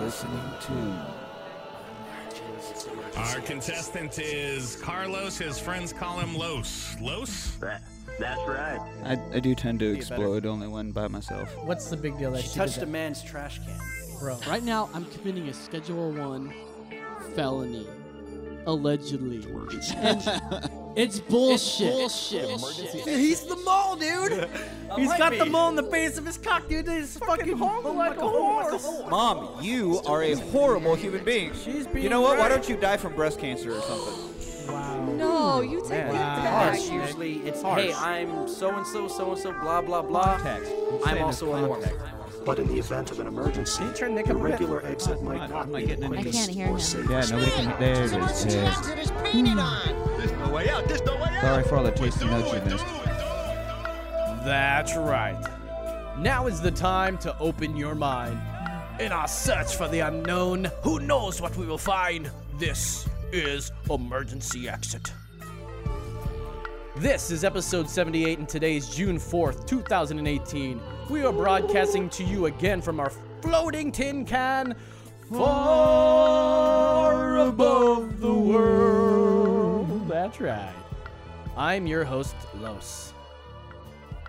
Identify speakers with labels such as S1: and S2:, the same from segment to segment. S1: listening to.
S2: Our contestant is Carlos. His friends call him Los. Los?
S3: That, that's right.
S4: I, I do tend to
S5: better.
S4: explode only when by myself.
S6: What's the big deal that
S5: She
S6: she,
S5: touched a
S6: did
S5: man's trash can.
S6: that? bro?
S7: Right now, I'm committing a Schedule One felony, allegedly. And it's bullshit. bullshit.
S6: He's the mole, dude. He's
S5: might
S6: got the
S5: be.
S6: mole in the base of his cock, dude. He's fucking, hung like a horse.
S4: Mom, you are a horrible human being. You
S6: She's being
S4: know what? Why
S6: right.
S4: don't you die from breast cancer or something?
S6: Wow.
S8: No, Oh, you take
S4: man.
S8: that
S5: Harsh.
S8: back.
S5: Usually it's hey, I'm so and so, so and so, blah blah blah.
S4: Text.
S5: I'm also a lumberjack.
S9: But in the event of an emergency,
S6: turn Nick
S9: the
S6: up a bit?
S9: regular exit might
S4: I'm
S9: not
S4: not
S9: be
S4: getting
S9: the
S4: any- I
S8: can't
S9: quickest
S8: hear
S9: or
S8: him.
S9: safest.
S4: nobody can. There it is.
S3: There's no way out. There's no way out.
S4: Sorry for all the tasty
S3: do
S4: notes
S3: it,
S4: you
S3: do
S4: missed.
S3: it, do it.
S6: That's right. Now is the time to open your mind. In our search for the unknown, who knows what we will find? This is Emergency Exit. This is episode 78, and today is June 4th, 2018. We are broadcasting to you again from our floating tin can far above the world. That's right. I'm your host, Los.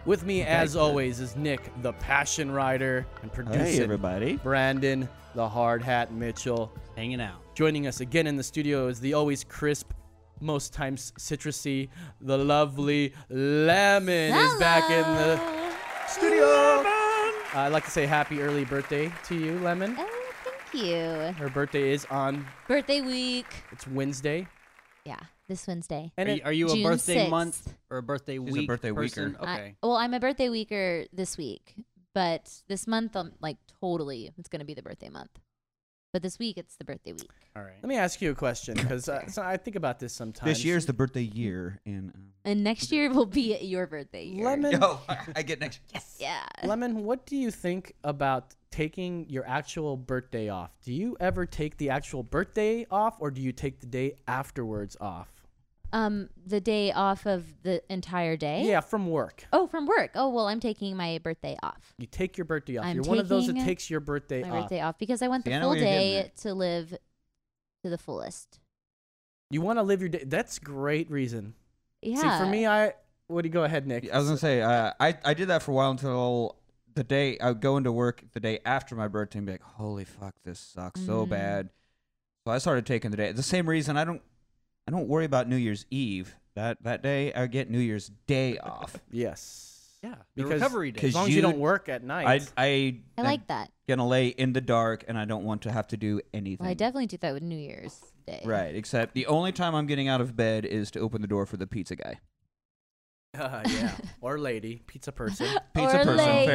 S6: With me, as always, is Nick, the Passion Rider, and producer
S4: everybody.
S6: Brandon, the Hard Hat Mitchell.
S5: Hanging out.
S6: Joining us again in the studio is the always crisp, most times citrusy, the lovely Lemon is back in the studio. I'd like to say happy early birthday to you, Lemon.
S8: Oh, thank you.
S6: Her birthday is on
S8: Birthday week.
S6: it's Wednesday.
S8: Yeah, this Wednesday.
S6: And
S5: Are you,
S6: it-
S5: are you a
S8: June
S5: birthday
S8: 6th.
S5: month or a birthday
S4: She's a
S5: week?
S4: birthday
S5: person?
S4: weeker.
S8: I-
S5: Okay.
S8: well, I'm a birthday weeker this week, but this month I'm like totally it's gonna be the birthday month. But this week it's the birthday week.
S5: All right.
S6: let me ask you a question because uh, so I think about this sometimes.
S4: This year's the birthday year, and
S8: And next year will be your birthday year.
S6: Lemon.
S4: yo, I get next.
S8: Yeah.
S6: Lemon, what do you think about taking your actual birthday off? Do you ever take the actual birthday off or do you take the day afterwards off?
S8: Um, the day off of the entire day.
S6: Yeah, from work.
S8: Oh, from work. Oh well, I'm taking my birthday off.
S6: You take your birthday off.
S8: I'm
S6: You're one of those that
S8: taking
S6: takes your birthday
S8: my
S6: off.
S8: birthday off because I want the
S4: See, I know
S8: full
S4: where you're getting
S8: day
S4: at.
S8: to live to the fullest.
S6: You want to live your day. That's great reason.
S8: Yeah.
S6: See, for me, I what do you go ahead, Nick?
S4: I was gonna say, uh, I I did that for a while until the day I would go into work the day after my birthday and be like, holy fuck, this sucks so
S6: Mm-hmm.
S8: Mhm.
S4: bad. So I started taking the day. The same reason I don't I don't worry about New Year's Eve. That that day I get New Year's Day off.
S6: yes.
S5: Yeah, the recovery day.
S6: As
S4: 'cause
S6: long as you
S4: you-
S6: don't work at
S4: I
S6: night.
S4: I
S8: I like that.
S4: gonna lay in the dark and I don't want to have to do anything.
S8: Well, I definitely do that with New Year's Day.
S4: Right, except the only time I'm getting out of bed is to open the door for the pizza guy.
S6: uh, yeah. Or lady, pizza person.
S4: Pizza
S8: or
S4: person,
S8: lady.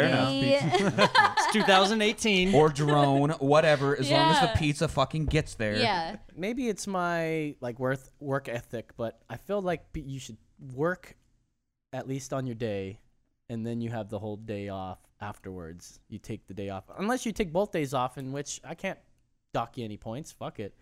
S4: fair enough.
S5: It's 2018.
S4: Or drone, whatever, as long as
S8: Yeah.
S4: the pizza fucking gets there.
S8: yeah.
S6: maybe it's my like worth work ethic, but I feel like b- you should work at least on your day, and then you have the whole day off afterwards. You take the day off, unless you take both days off, in which I can't dock you any points. Fuck it.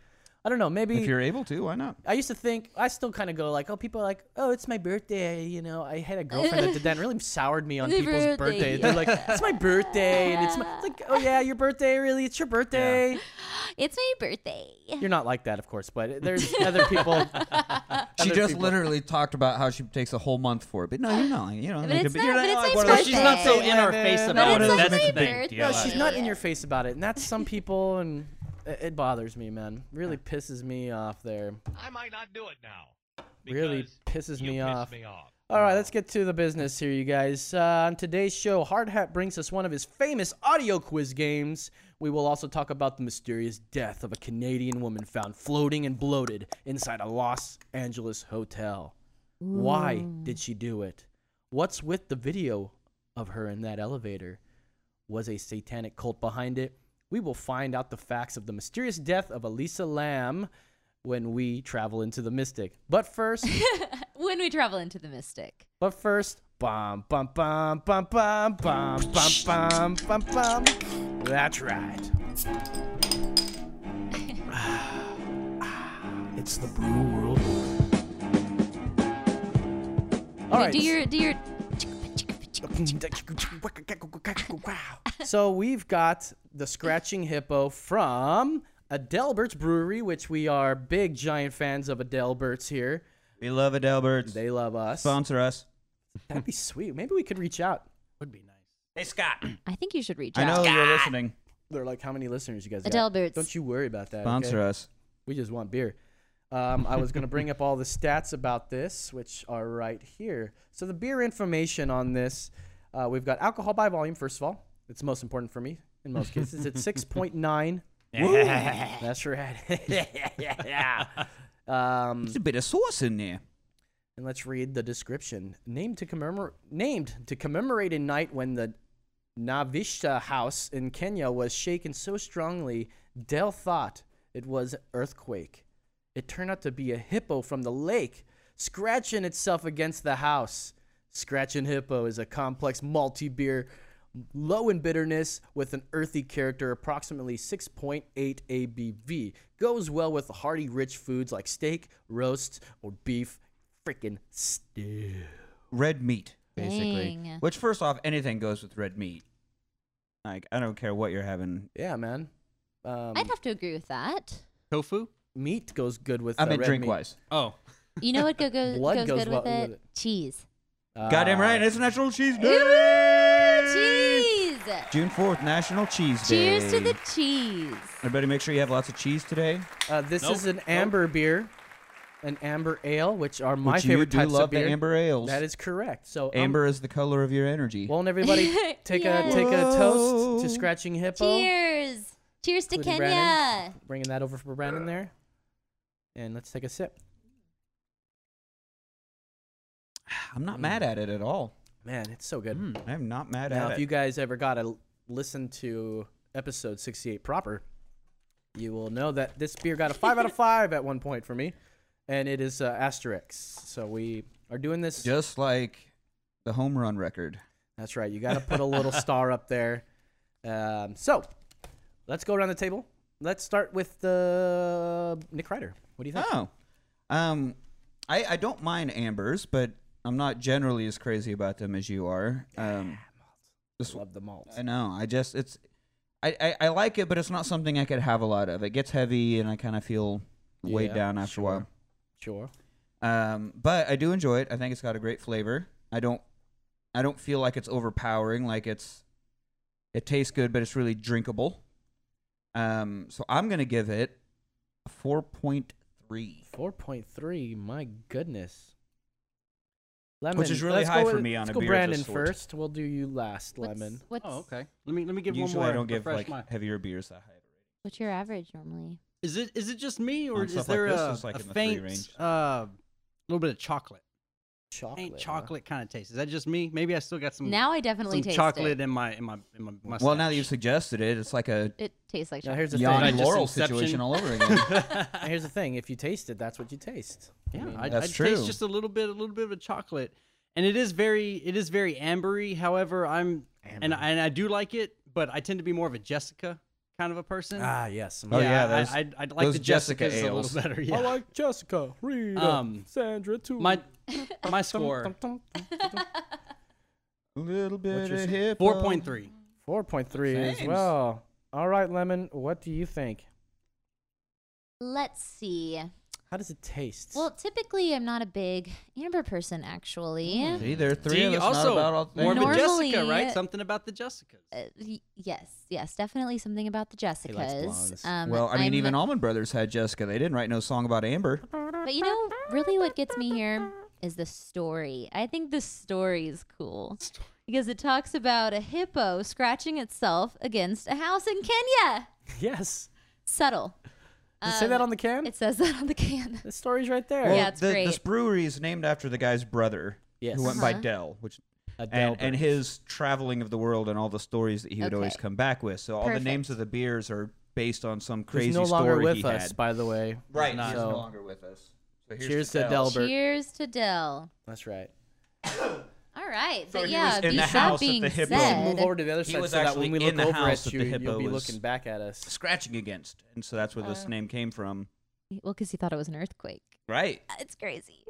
S6: I don't know.
S4: If
S6: Maybe
S4: you're able to, why not?
S6: I used to think I still kind of go like, oh, people are like, oh, it's my birthday. You know, I had a girlfriend that did that and really soured me on
S8: The
S6: people's
S8: birthday,
S6: birthdays. They're like, it's my birthday, and it's, my, it's like, oh yeah, your birthday, really? It's your birthday.
S8: It's my birthday.
S6: You're not like that, of course, but there's other people.
S4: She
S6: other
S4: just
S6: people.
S4: literally talked about how she takes a whole month for it, but no, you're not. You know,
S8: But
S4: like,
S8: it's
S4: you're
S8: not- but it's
S4: like
S8: my
S4: one of
S5: So
S4: those-
S5: she's not so in our face
S6: But
S5: about
S8: But it's
S5: it.
S8: like
S5: That's
S8: my
S5: the
S8: birthday.
S5: big deal.
S6: No,
S8: Yeah.
S6: she's not in your face about it, and that's some people, and it, it bothers me, man. Really pisses me off there.
S2: I might not do it now.
S6: Really
S2: because
S6: pisses
S2: you
S6: me
S2: pissed
S6: off.
S2: me off.
S6: All right, let's get to the business here, you guys. Uh, on today's show, Hard Hat brings us one of his famous audio quiz games. We will also talk about the mysterious death of a Canadian woman found floating and bloated inside a Los Angeles hotel. Why did she do it? What's with the video of her in that elevator? Was a satanic cult behind it? We will find out the facts of the mysterious death of Elisa Lamb when we travel into the mystic. But first,
S8: When we travel into the mystic.
S6: but first, bum bum bum bum bum bum bum bum bum bum. That's right.
S9: It's the brew world.
S6: All
S8: Wait,
S6: right.
S8: Do your do your
S6: so we've got the scratching hippo from Adelbert's Brewery, which we are big giant fans of Adelbert's here.
S4: We love Adelberts.
S6: They love us.
S4: sponsor us.
S6: That'd be sweet. Maybe we could reach out. Would be nice.
S4: Hey Scott,
S8: I think you should reach
S4: I know
S8: out.
S4: you're listening.
S6: They're like, how many listeners you guys
S8: Adelbert's.
S6: got? Don't you worry about that. okay?
S4: Sponsor us.
S6: We just want beer. Um, I was going to bring up all the stats about this, which are right here. So the beer information on this, uh, we've got alcohol by volume. First of all, it's most important for me in most cases. It's six point nine. That's right. yeah. Um,
S4: There's a bit of sauce in there.
S6: and let's read the description. Named to commemorate named to commemorate a night when the Navisha house in Kenya was shaken so strongly, Dell thought it was an earthquake. It turned out to be a hippo from the lake scratching itself against the house. Scratching Hippo is a complex multi beer low in bitterness with an earthy character, approximately 6.8 ABV. Goes well with hearty, rich foods like steak, roast, or beef. Freaking stew.
S4: Red meat, basically.
S8: Dang.
S4: Which first off, anything goes with red meat. Like I don't care what you're having.
S6: Yeah, man. Um,
S8: I'd have to agree with that.
S1: Tofu?
S6: meat goes good with.
S4: I
S6: uh,
S4: meant
S6: red
S4: drink
S6: meat.
S4: wise.
S1: Oh.
S8: You know what go, go,
S6: Blood
S8: goes,
S6: goes
S8: good
S6: well
S8: with it?
S6: with it.
S8: Cheese.
S4: Goddamn
S6: Uh,
S4: right, it's National Cheese
S8: Ooh,
S4: Day.
S8: cheese!
S4: June fourth, National Cheese Day.
S8: Cheers to the cheese.
S4: Everybody, make sure you have lots of cheese today.
S6: Uh, this
S1: Nope,
S6: is an
S1: nope.
S6: amber beer, an amber ale, which are my
S4: Which you
S6: favorite
S4: do
S6: types of
S4: love the
S6: beer.
S4: amber ales.
S6: That is correct. So um,
S4: Amber is the color of your energy.
S6: Won't everybody take a take a toast to scratching hippo?
S8: Cheers! Cheers to
S6: Including
S8: Kenya!
S6: Brandon. Bringing that over for Brandon there, and let's take a sip.
S4: I'm
S6: hmm.
S4: not mad at it at all.
S6: Man, it's so good.
S4: Mm, I'm not mad
S6: Now,
S4: at
S6: if
S4: it.
S6: you guys ever got to listen to episode 68 proper, you will know that this beer got a 5 out of 5 at one point for me, and it is uh, Asterix. So we are doing this.
S4: Just like the home run record.
S6: That's right. You got to put a little star up there. Um, so let's go around the table. Let's start with the Nick Ryder. What do you think?
S4: Oh, um, I I don't mind ambers, but I'm not generally as crazy about them as you are. Um, this
S6: Ah, Love the malt.
S4: I know. I just it's I, I I like it, but it's not something I could have a lot of. It gets heavy, and I kind of feel weighed
S6: Yeah,
S4: down after a while.
S6: Sure.
S4: Um, but I do enjoy it. I think it's got a great flavor. I don't I don't feel like it's overpowering. Like it's it tastes good, but it's really drinkable. Um, so I'm gonna give it a four point three.
S6: 4.3. My goodness. Lemon.
S4: Which is really
S6: Let's go
S4: high for
S6: with-
S4: me on
S6: let's
S4: a
S6: go
S4: beer of this
S6: Brandon
S4: sort.
S6: first. We'll do you last, Lemon.
S8: What's,
S1: Oh, okay. Let me let me give one
S4: Usually
S1: more.
S4: I don't give
S1: refresh
S4: like
S1: my-
S4: heavier beers that high.
S8: what's your average normally?
S1: Is it is it just me or
S4: On
S1: is
S4: stuff like
S1: there
S4: this,
S1: a,
S4: it's like
S1: a
S4: in the three
S1: faint
S4: range.
S1: uh little bit of chocolate?
S6: Chocolate.
S1: Faint
S6: huh?
S1: chocolate kind of taste. Is that just me? Maybe I still got some
S8: now I definitely
S1: some
S8: taste
S1: chocolate
S8: it.
S1: in my in my in my mustache.
S4: Well, now that you've suggested it, it's like a
S8: It tastes like
S6: Now
S8: chocolate.
S6: here's the
S1: I
S4: Jan
S6: thing.
S1: just
S4: Laurel
S1: inception?
S4: situation all over again.
S6: Here's the thing. If you taste it, that's what you taste.
S1: yeah, I, I
S4: that's true.
S1: taste just a little bit a little bit of a chocolate, and it is very it is very ambery. However, I'm and I, and I do like it, but I tend to be more of a Jessica kind of a
S8: Mm.
S1: person.
S6: Ah, yes.
S4: Oh, yeah,
S1: I,
S4: those-
S1: I, I'd- I'd like
S4: those
S1: the
S4: Jessica
S1: Jessicas a
S4: ales.
S1: little better. Yeah.
S6: I like Jessica, Rita,
S1: Um,
S6: Sandra too.
S1: my my score
S4: a little bit
S6: your
S4: of
S6: sc-
S4: hip.
S1: four point three.
S6: Four point three as
S4: Same.
S6: well. All right, Lemon. What do you think?
S8: Let's see.
S6: How does it taste?
S8: Well, typically I'm not a big amber person, actually.
S6: Hmm.
S4: See, there are three
S1: See,
S4: of us.
S1: also
S4: not about all
S1: more of
S4: things.
S1: a Jessica,
S8: Normally-
S1: right? Something about the Jessicas.
S8: Uh, y- yes, yes, definitely something about the
S6: likes
S8: Jessicas.
S6: blondes.
S8: Um,
S4: well, I mean,
S8: I'm-
S4: even Almond Brothers had Jessica. They didn't write no song about Amber.
S8: But you know, really, what gets me here is the story. I think the story is cool because it talks about a hippo scratching itself against a house in Kenya.
S6: yes.
S8: Subtle.
S6: Does it say that on the can?
S8: It says that on the can.
S6: the story's right there.
S8: Well, um, Yeah, it's
S4: the,
S8: great.
S4: This brewery is named after the guy's brother,
S6: Yes.
S4: who went by
S8: Uh-huh.
S4: Dell, which
S6: Adele
S4: and, and
S6: Burns.
S4: his traveling of the world and all the stories that he would always
S8: Okay.
S4: come back with. So all
S8: Perfect.
S4: the names of the beers are based on some
S6: Who's
S4: crazy
S6: no longer
S4: story
S6: with
S4: he
S6: us,
S4: had.
S6: by the way.
S4: Right,
S6: Not-
S4: he's
S6: So,
S4: no longer with us. So here's
S6: cheers to
S4: Del.
S6: Delbert.
S8: Cheers to Dell.
S6: That's right
S8: All right,
S4: So
S8: but
S4: he
S8: yeah,
S4: was in
S8: be-
S4: the
S8: that
S4: house at
S8: being
S4: the hippo.
S6: Let's
S8: said,
S6: move over to the other
S4: He
S6: side
S4: was
S6: so that
S4: actually
S6: when we
S4: in
S6: look
S4: the
S6: over
S4: house that
S6: at you,
S4: the
S6: you'll
S4: hippo
S6: be
S4: was-
S6: looking back at us.
S4: Scratching against, and so that's where this
S8: Uh.
S4: name came from.
S8: well, because he thought it was an earthquake.
S4: Right.
S8: It's Uh, crazy.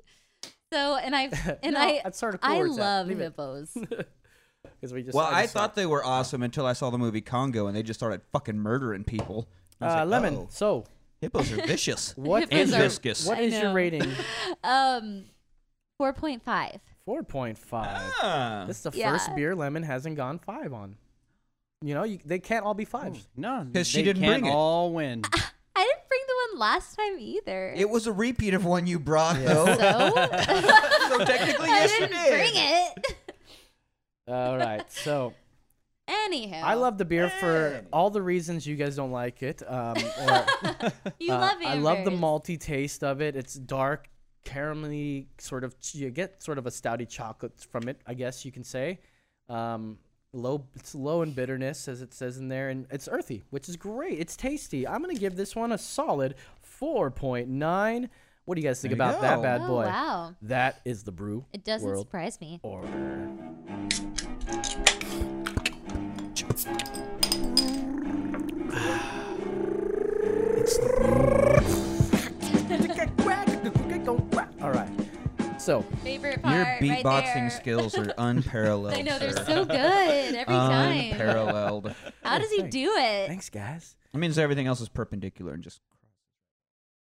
S8: So, and I and
S6: No,
S8: I
S6: that's sort of cool
S8: I
S6: where it's at.
S8: love
S6: Leave it.
S8: hippos.
S6: because we just.
S4: Well,
S6: I
S4: I
S6: just
S4: thought they were awesome until I saw the movie Congo and they just started fucking murdering people. I was
S6: Uh,
S4: like,
S6: lemon.
S4: "Oh,
S6: So
S4: hippos are vicious.
S6: what
S8: Hippos
S6: is
S4: And
S8: are-
S4: viscous.
S6: what
S8: I
S6: is your
S8: know.
S6: rating?
S8: Um, four point five.
S6: Four point five.
S4: Ah.
S6: This is the
S8: Yeah.
S6: first beer lemon hasn't gone five on. You know, you, they can't all be fives.
S1: No,
S4: 'Cause Oh, she
S1: they
S4: didn't
S1: can't
S4: bring it.
S1: all win.
S8: I didn't bring the one last time either.
S4: It was a repeat of one you brought, though.
S8: so
S4: so technically,
S8: I
S4: yes, you
S8: didn't
S4: did.
S8: bring it.
S6: All right, so
S8: Anyhow,
S6: I love the beer for all the reasons you guys don't like it. Um, or,
S8: you.
S6: uh,
S8: love
S6: I love the
S8: Amber's.
S6: malty taste of it. It's dark, caramelly, sort of. You get sort of a stouty chocolate from it, I guess you can say. Um, low, it's low in bitterness, as it says in there, and it's earthy, which is great. It's tasty. I'm gonna give this one a solid 4.9. What do you guys think
S4: There you
S6: about that
S4: go.
S6: bad
S8: Oh
S6: boy?
S8: wow,
S6: That is the brew.
S8: it doesn't
S6: world
S8: surprise me.
S6: order. All right. So,
S8: Favorite part,
S4: Your
S8: right
S4: beatboxing
S8: there.
S4: skills are unparalleled.
S8: I know they're
S4: sir.
S8: so good every time.
S4: Unparalleled.
S8: How does he do it?
S6: thanks, guys.
S4: I mean, so everything else is perpendicular and just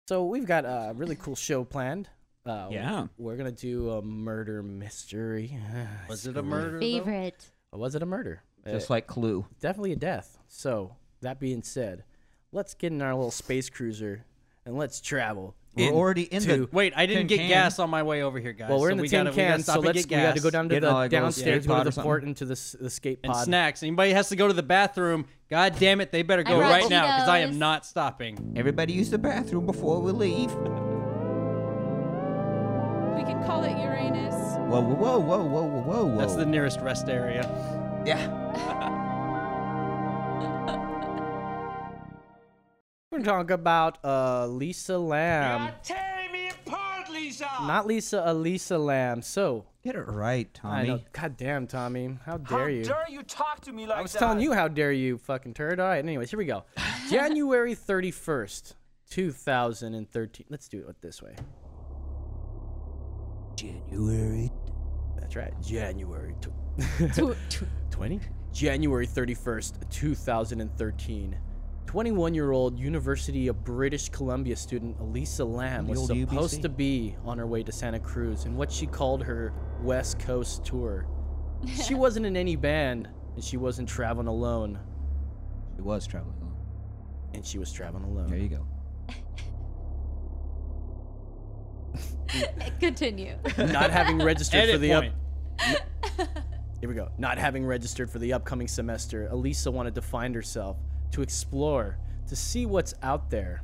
S6: So we've got a really cool show planned. Uh,
S4: Yeah.
S6: We're gonna do a murder mystery.
S1: Was it a murder? though?
S8: Favorite.
S6: Was it a murder?
S4: just
S6: Uh,
S4: like Clue.
S6: definitely a death. So that being said, let's get in our little space cruiser and let's travel.
S4: We're
S6: in
S4: already in
S6: to-
S4: the.
S1: Wait, I didn't
S4: Tin
S1: get
S4: can.
S1: gas on my way over here, guys.
S6: Well, we're
S1: Uh, so
S6: in the
S1: we
S6: tin
S1: gotta,
S6: can,
S1: we gotta stop
S6: so
S1: and
S6: let's
S1: get
S6: we got to go
S1: gas
S6: down to
S4: Get
S6: the
S4: all that gold
S6: downstairs,
S4: skate
S6: go
S4: pod
S6: to
S4: or
S6: the
S4: something.
S6: port, into the, s- the skate
S1: and
S6: pod.
S1: snacks. Anybody has to go to the bathroom. God damn it, they better go
S8: brought
S1: right now because I
S8: Cheetos.
S1: am not stopping.
S4: Everybody use the bathroom before we leave.
S10: We could call it Uranus.
S4: Whoa, whoa, whoa, whoa, whoa, whoa, whoa.
S1: That's the nearest rest area.
S4: yeah.
S6: We're gonna talk about uh, Lisa Lamb. Not Lisa, Elisa Lamb. So
S4: Get it right,
S6: I know.
S4: Tommy.
S6: God damn, Tommy, how dare you?
S9: you talk to me like
S6: I was telling you how dare you, fucking turd. All right, anyways, here we go. January thirty first, two thousand and thirteen. Let's do it this way. January. That's right. January. Tw- Twenty. January thirty first, two thousand and thirteen. 21 year old University of British Columbia student Elisa Lamb
S4: The
S6: was
S4: old UBC.
S6: supposed to be on her way to Santa Cruz in what she called her West Coast tour. she wasn't in any band, and she wasn't traveling alone,
S4: It was traveling alone.
S6: and she was traveling
S4: There
S6: alone.
S4: you go.
S8: Continue.
S6: Not having registered for
S1: Edit
S6: the up-
S1: point.
S6: Here we go. Not having registered for the upcoming semester, Elisa wanted to find herself, to explore, to see what's out there.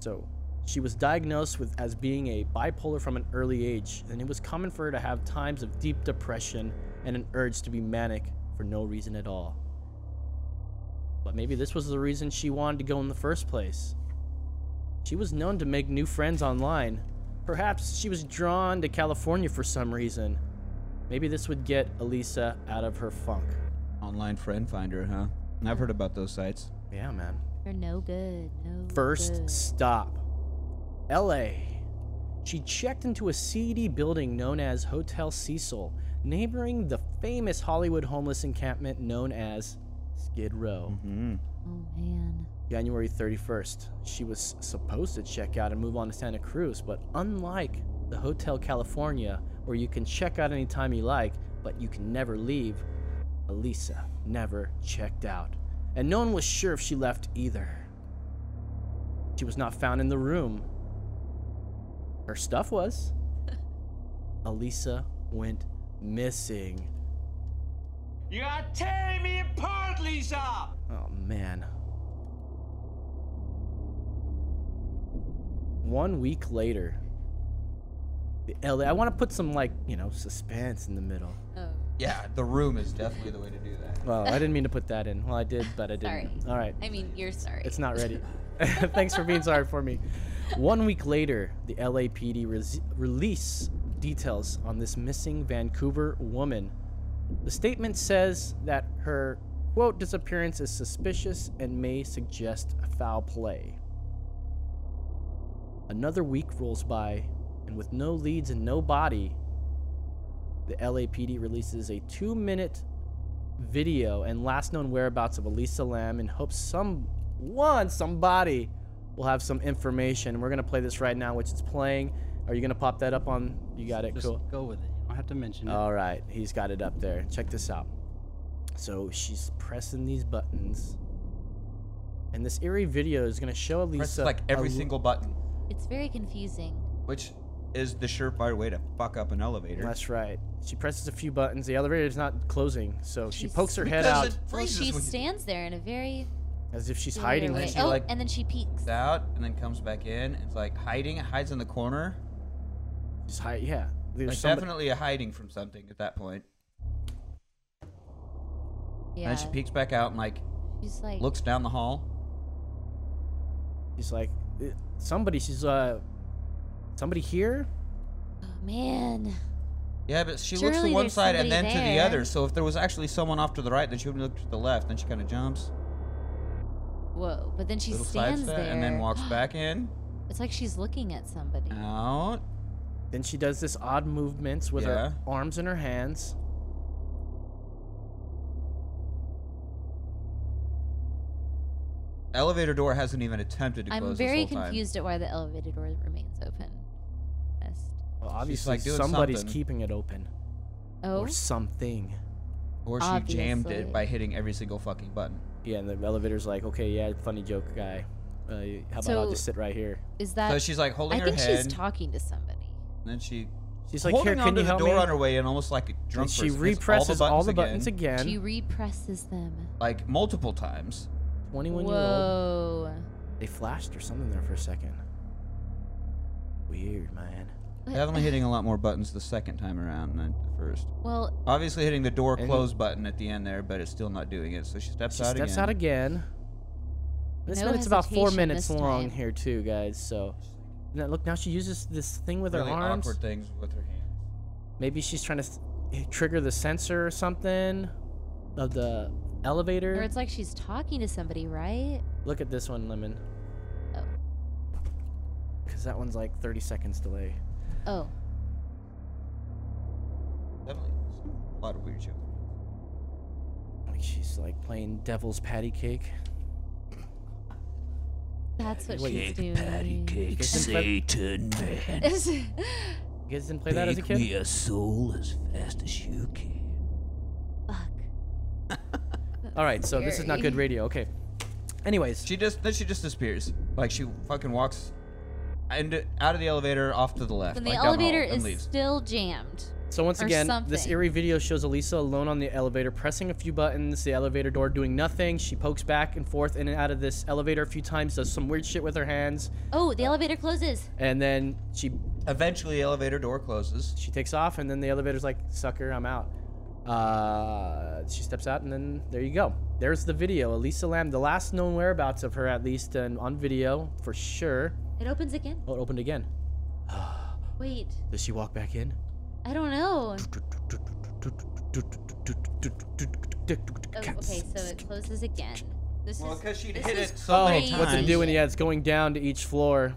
S6: So, she was diagnosed with as being a bipolar from an early age, and it was common for her to have times of deep depression and an urge to be manic for no reason at all. But maybe this was the reason she wanted to go in the first place. She was known to make new friends online. Perhaps she was drawn to California for some reason. Maybe this would get Elisa out of her funk.
S4: Online friend finder, huh? I've heard about those sites.
S6: Yeah, man.
S8: You're no good. No
S6: First
S8: good.
S6: stop LA. She checked into a seedy building known as Hotel Cecil, neighboring the famous Hollywood homeless encampment known as Skid Row.
S8: Oh man.
S6: January 31st, she was supposed to check out and move on to Santa Cruz, but unlike the Hotel California, where you can check out anytime you like, but you can never leave, Elisa never checked out. And no one was sure if she left either. She was not found in the room. Her stuff was. Elisa went missing.
S9: You are tearing me apart, Lisa!
S6: Oh man. One week later, the LA. I want to put some like you know suspense in the middle.
S8: Oh.
S4: Yeah, the room is definitely the way to do that.
S6: Well, I didn't mean to put that in. Well, I did, but I didn't.
S8: Sorry.
S6: All right.
S8: I mean, you're sorry.
S6: It's not ready. Thanks for being sorry for me. One week later, the LAPD res- release details on this missing Vancouver woman. The statement says that her quote disappearance is suspicious and may suggest foul play. Another week rolls by, and with no leads and no body, the LAPD releases a two minute video and last known whereabouts of Elisa Lam and hope someone, somebody, will have some information. We're gonna play this right now, which it's playing. Are you gonna pop that up on? You got it.
S1: Just
S6: cool.
S1: go with it. You don't have to mention it.
S6: All right, he's got it up there. Check this out. So she's pressing these buttons, and this eerie video is gonna show Elisa
S4: Presses like every
S6: a-
S4: single button,
S8: It's very confusing.
S4: which is the surefire way to fuck up an elevator.
S6: That's right. She presses a few buttons. The elevator is not closing, so she pokes her head
S4: Because
S6: out
S4: it
S8: Well,
S4: freezes
S8: she
S4: when you-
S8: stands there in a very
S6: as if she's
S8: peculiar
S6: hiding.
S8: way.
S6: it.
S8: oh,
S4: like-
S8: and then she peeks.
S4: It's out and then comes back in. It's like hiding. It hides in the corner.
S6: She's hiding. Yeah. There's
S4: Like
S6: somebody-
S4: definitely a hiding from something at that point.
S8: Yeah.
S4: And then she peeks back out and like
S8: She's like,
S4: looks down the hall.
S6: She's like, "Eh, somebody. She's uh, somebody here.
S8: oh, man.
S4: Yeah, but she looks to
S8: Surely
S4: one
S8: there's
S4: side and then
S8: somebody
S4: to the
S8: there.
S4: other. So if there was actually someone off to the right, then she would look to the left. Then she kind of jumps,
S8: Whoa. But then she
S4: little
S8: stands
S4: sidestep,
S8: there.
S4: and then walks back in,
S8: It's like she's looking at somebody.
S4: out.
S6: Then she does this odd movements with her
S4: Yeah.
S6: arms and her hands.
S4: Elevator door hasn't even attempted to close.
S8: I'm
S4: this
S8: very
S4: whole time.
S8: confused at why the elevator door remains open. Honest.
S6: Well, obviously,
S4: like, doing
S6: somebody's
S4: something.
S6: keeping it open
S8: Oh,
S6: or something.
S4: Or she jammed
S8: Obviously.
S4: it by hitting every single fucking button.
S6: Yeah, and the elevator's like, okay, yeah, funny joke guy. Uh, how about I'll
S8: So-
S6: just sit right here?
S8: is that?
S4: so she's like holding
S8: I
S4: her
S8: think
S4: head.
S8: she's talking to somebody.
S4: and then she
S6: She's like,
S4: holding
S6: here, can
S4: onto
S6: you
S4: the
S6: help
S4: door
S6: me?
S4: on her way and almost like a drunk
S6: and she
S4: person, hits
S6: represses all the buttons,
S4: again,
S6: again.
S8: She represses them.
S4: like multiple times.
S6: 21 year old.
S8: Whoa.
S6: They flashed or something there for a second. Weird, man.
S8: What-
S4: Definitely hitting a lot more buttons the second time around than the first.
S8: Well,
S4: Obviously hitting the door
S6: And-
S4: close button at the end there, but it's still not doing it. So she steps
S6: She
S4: out
S6: steps
S4: again.
S6: out again. This
S8: No
S6: minute's about four
S8: hesitation
S6: minutes
S8: this
S6: long
S8: time.
S6: here too, guys. So now, look, now she uses this thing with
S4: really
S6: her arms.
S4: awkward things with her hands.
S6: Maybe she's trying to s- eh, trigger the sensor or something of the
S8: or
S6: elevator.
S8: it's like she's talking to somebody, right?
S6: Look at this one, Lemon.
S8: Oh.
S6: Because that one's like 30 seconds delay.
S8: Oh,
S4: Definitely a lot of weird shit.
S6: Like she's like playing devil's patty cake.
S8: that's what
S6: Wait.
S8: she's doing. Patty
S6: You
S8: cake.
S6: guys didn't play, you guys didn't play that as a kid?
S8: Fuck.
S6: All right, so this is not good
S8: Scary.
S6: radio. Okay. Anyways,
S4: She just then she just disappears. Like she fucking walks and out of the elevator off to the left.
S8: Then the
S4: like down hall,
S8: elevator
S4: and
S8: is
S4: leaves.
S8: still jammed.
S6: so once
S8: or
S6: again, this
S8: something.
S6: eerie video shows Elisa alone on the elevator, pressing a few buttons, the elevator door doing nothing. She pokes back and forth in and out of this elevator a few times, does some weird shit with her hands,
S8: Oh, the elevator closes.
S6: and then she
S4: Eventually, the elevator door closes.
S6: she takes off, and then the elevator's like, "Sucker, I'm out." Uh, she steps out, and then there you go. There's the video. Elisa Lam, the last known whereabouts of her, at least, and on video for sure.
S8: It opens again.
S6: Oh, it opened again.
S8: Wait,
S6: Does she walk back in?
S8: I don't know. Oh, okay, so it closes again. This
S4: Well,
S8: is
S4: 'cause she'd
S8: this
S4: hit
S8: is
S4: it so many
S8: crazy.
S4: times.
S6: What's it
S4: Nice.
S6: doing? Yeah, it's going down to each floor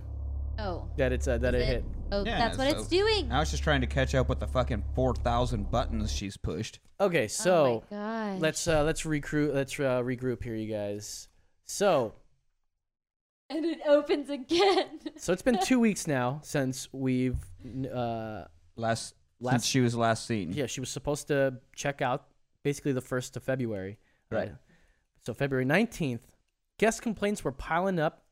S8: Oh,
S6: that it's uh, that
S8: is
S6: it hit.
S8: Oh,
S4: Yeah,
S8: that's what
S4: so
S8: it's doing. Oh
S4: Now she's trying to catch up with the fucking four thousand buttons she's pushed.
S6: Okay, so
S8: oh my gosh.
S6: let's uh, let's recruit. Let's uh, regroup here, you guys. So
S8: and it opens again.
S6: so it's been two weeks now since we've uh,
S4: Last,
S6: Last-
S4: since she was last seen.
S6: yeah she was supposed to check out basically the first of February.
S4: Right.
S6: Uh, so February nineteenth, guest complaints were piling up.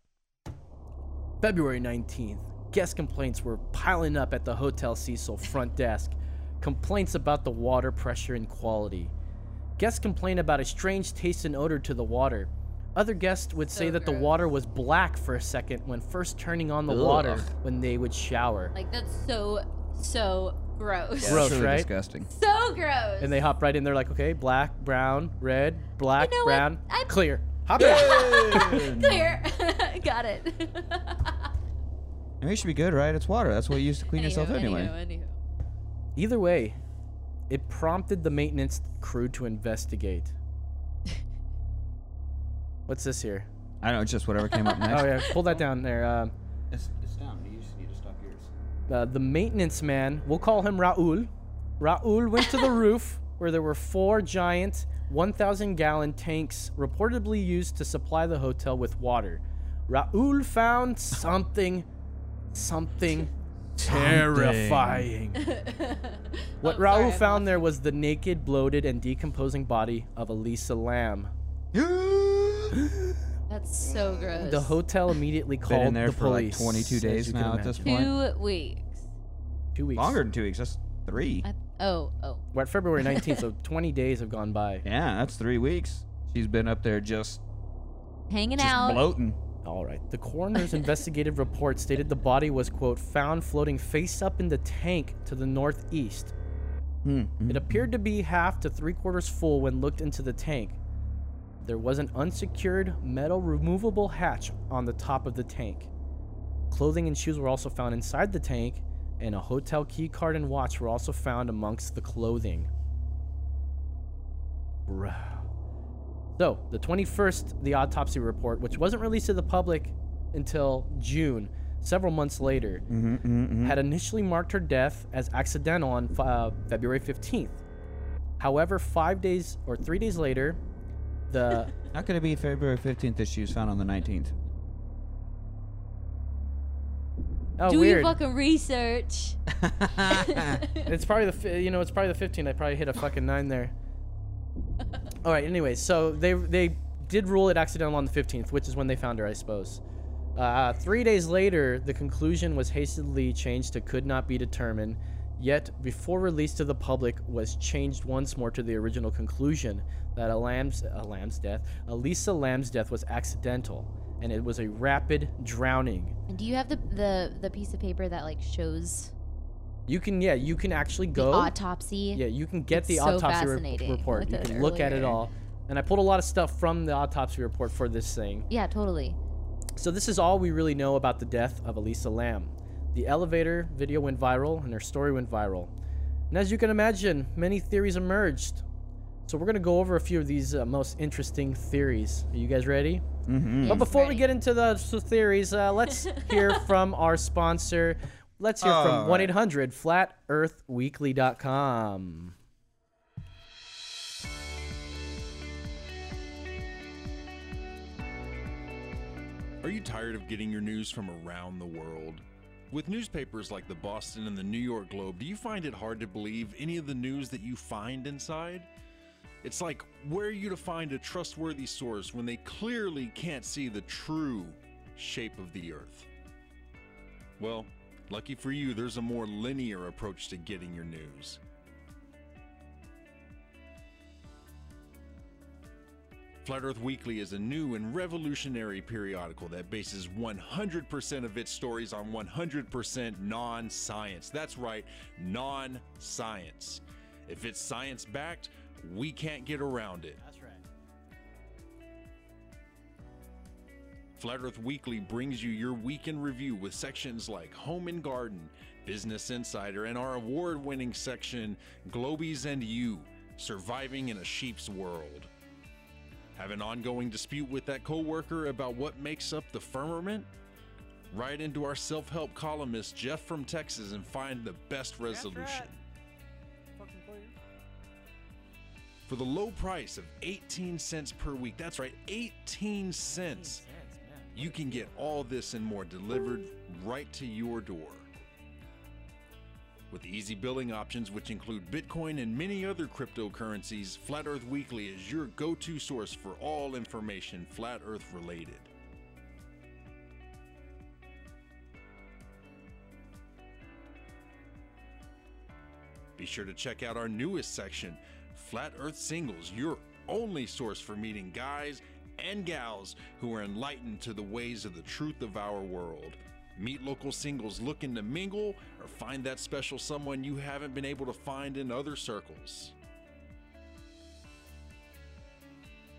S6: February nineteenth, guest complaints were piling up at the Hotel Cecil front desk. Complaints about the water pressure and quality. Guests complained about a strange taste and odor to the water. Other guests would say that the water was black for a second when first turning on the water
S4: Ugh.
S6: when they would shower.
S8: Like that's so so gross.
S4: Yeah,
S6: Gross,
S4: it's really
S6: right?
S4: disgusting.
S8: So gross.
S6: and they hop right in there like, okay, black, brown, red, black,
S8: You know what?
S6: brown,
S8: I-
S6: clear. Hop in.
S8: clear. Got it.
S4: I mean, it should be good, right? It's water. That's what you use to clean yourself
S8: Anywho,
S4: anyway.
S8: anywho, anywho.
S6: Either way, it prompted the maintenance crew to investigate. What's this here?
S4: I don't know. Just whatever came up next.
S6: Oh yeah, pull that down there. Um,
S4: It's, it's down. You just need to stop yours.
S6: uh, the maintenance man, we'll call him Raul. Raul went to the roof where there were four giant 1,000 gallon tanks reportedly used to supply the hotel with water. Raoul found something, something terrifying. What
S8: Oh,
S10: I'm sorry,
S6: Raoul
S10: I
S6: found there was the naked, bloated, and decomposing body of Elisa Lamb.
S8: That's so gross.
S6: The hotel immediately
S4: Been
S6: called
S4: in there
S6: the
S4: for
S6: police.
S4: like 22
S6: as
S4: days
S6: you can
S4: now at this
S6: imagine.
S4: point.
S8: Two weeks.
S6: Two weeks.
S4: Longer than two weeks. That's three.
S8: I, oh, oh.
S6: We're at February 19th, so 20 days have gone by.
S4: Yeah, that's three weeks. She's been up there just,
S8: Hanging
S4: just
S8: out.
S4: bloating.
S6: All right. The coroner's investigative report stated the body was, quote, found floating face up in the tank to the northeast.
S4: Hmm.
S6: It appeared to be half to three quarters full when looked into the tank. There was an unsecured metal removable hatch on the top of the tank. Clothing and shoes were also found inside the tank, and a hotel key card and watch were also found amongst the clothing. Bruh. So, the 21st, the autopsy report, which wasn't released to the public until June, several months later,
S4: Mm-hmm.
S6: had initially marked her death as accidental on uh, February 15th. However, five days or three days later, the
S4: How could it be February 15th that she was found on the 19th?
S6: oh
S8: Do
S6: weird,
S8: your fucking research.
S6: it's probably the fi- you know it's probably the 15th. I probably hit a fucking nine there. All right. Anyway, so they they did rule it accidental on the 15th, which is when they found her, I suppose. Uh, three days later, the conclusion was hastily changed to could not be determined. Yet, before release to the public, was changed once more to the original conclusion that a lamb's, a lamb's death, Elisa Lamb's death was accidental, and it was a rapid drowning.
S8: Do you have the, the the piece of paper that like shows
S6: You can, yeah, you can actually
S8: the
S6: go.
S8: autopsy?
S6: Yeah, you can get
S8: It's
S6: the
S8: so
S6: autopsy re-
S8: fascinating.
S6: report.
S8: Looked
S6: You
S8: at
S6: can
S8: it
S6: look at it
S8: earlier.
S6: all. And I pulled a lot of stuff from the autopsy report for this thing.
S8: Yeah, totally.
S6: So this is all we really know about the death of Elisa Lamb. The elevator video went viral and her story went viral. And as you can imagine, many theories emerged. So we're going to go over a few of these uh, most interesting theories. Are you guys ready? Mm-hmm. but before we get into the s- theories, uh, let's hear from our sponsor. Let's hear
S4: All
S6: from
S4: right.
S6: 1-800-flatearthweekly.com.
S11: Are you tired of getting your news from around the world? With newspapers like the Boston and the New York Globe, do you find it hard to believe any of the news that you find inside? It's like, where are you to find a trustworthy source when they clearly can't see the true shape of the earth? Well, lucky for you, there's a more linear approach to getting your news. Flat Earth Weekly is a new and revolutionary periodical that bases 100% of its stories on 100% non science. That's right, non science. If it's science backed, we can't get around it.
S6: That's right.
S11: Flat Earth Weekly brings you your weekend review with sections like Home and Garden, Business Insider, and our award winning section, Globies and You Surviving in a Sheep's World. Have an ongoing dispute with that coworker about what makes up the firmament? Write into our self help columnist, Jeff from Texas, and find the best resolution. For the low price of 18 cents per week, that's right, 18 cents. You can get all this and more delivered right to your door. With easy billing options, which include Bitcoin and many other cryptocurrencies, Flat Earth Weekly is your go to source for all information Flat Earth related. Be sure to check out our newest section, Flat Earth Singles, your only source for meeting guys and gals who are enlightened to the ways of the truth of our world. Meet local singles looking to mingle or find that special someone you haven't been able to find in other circles.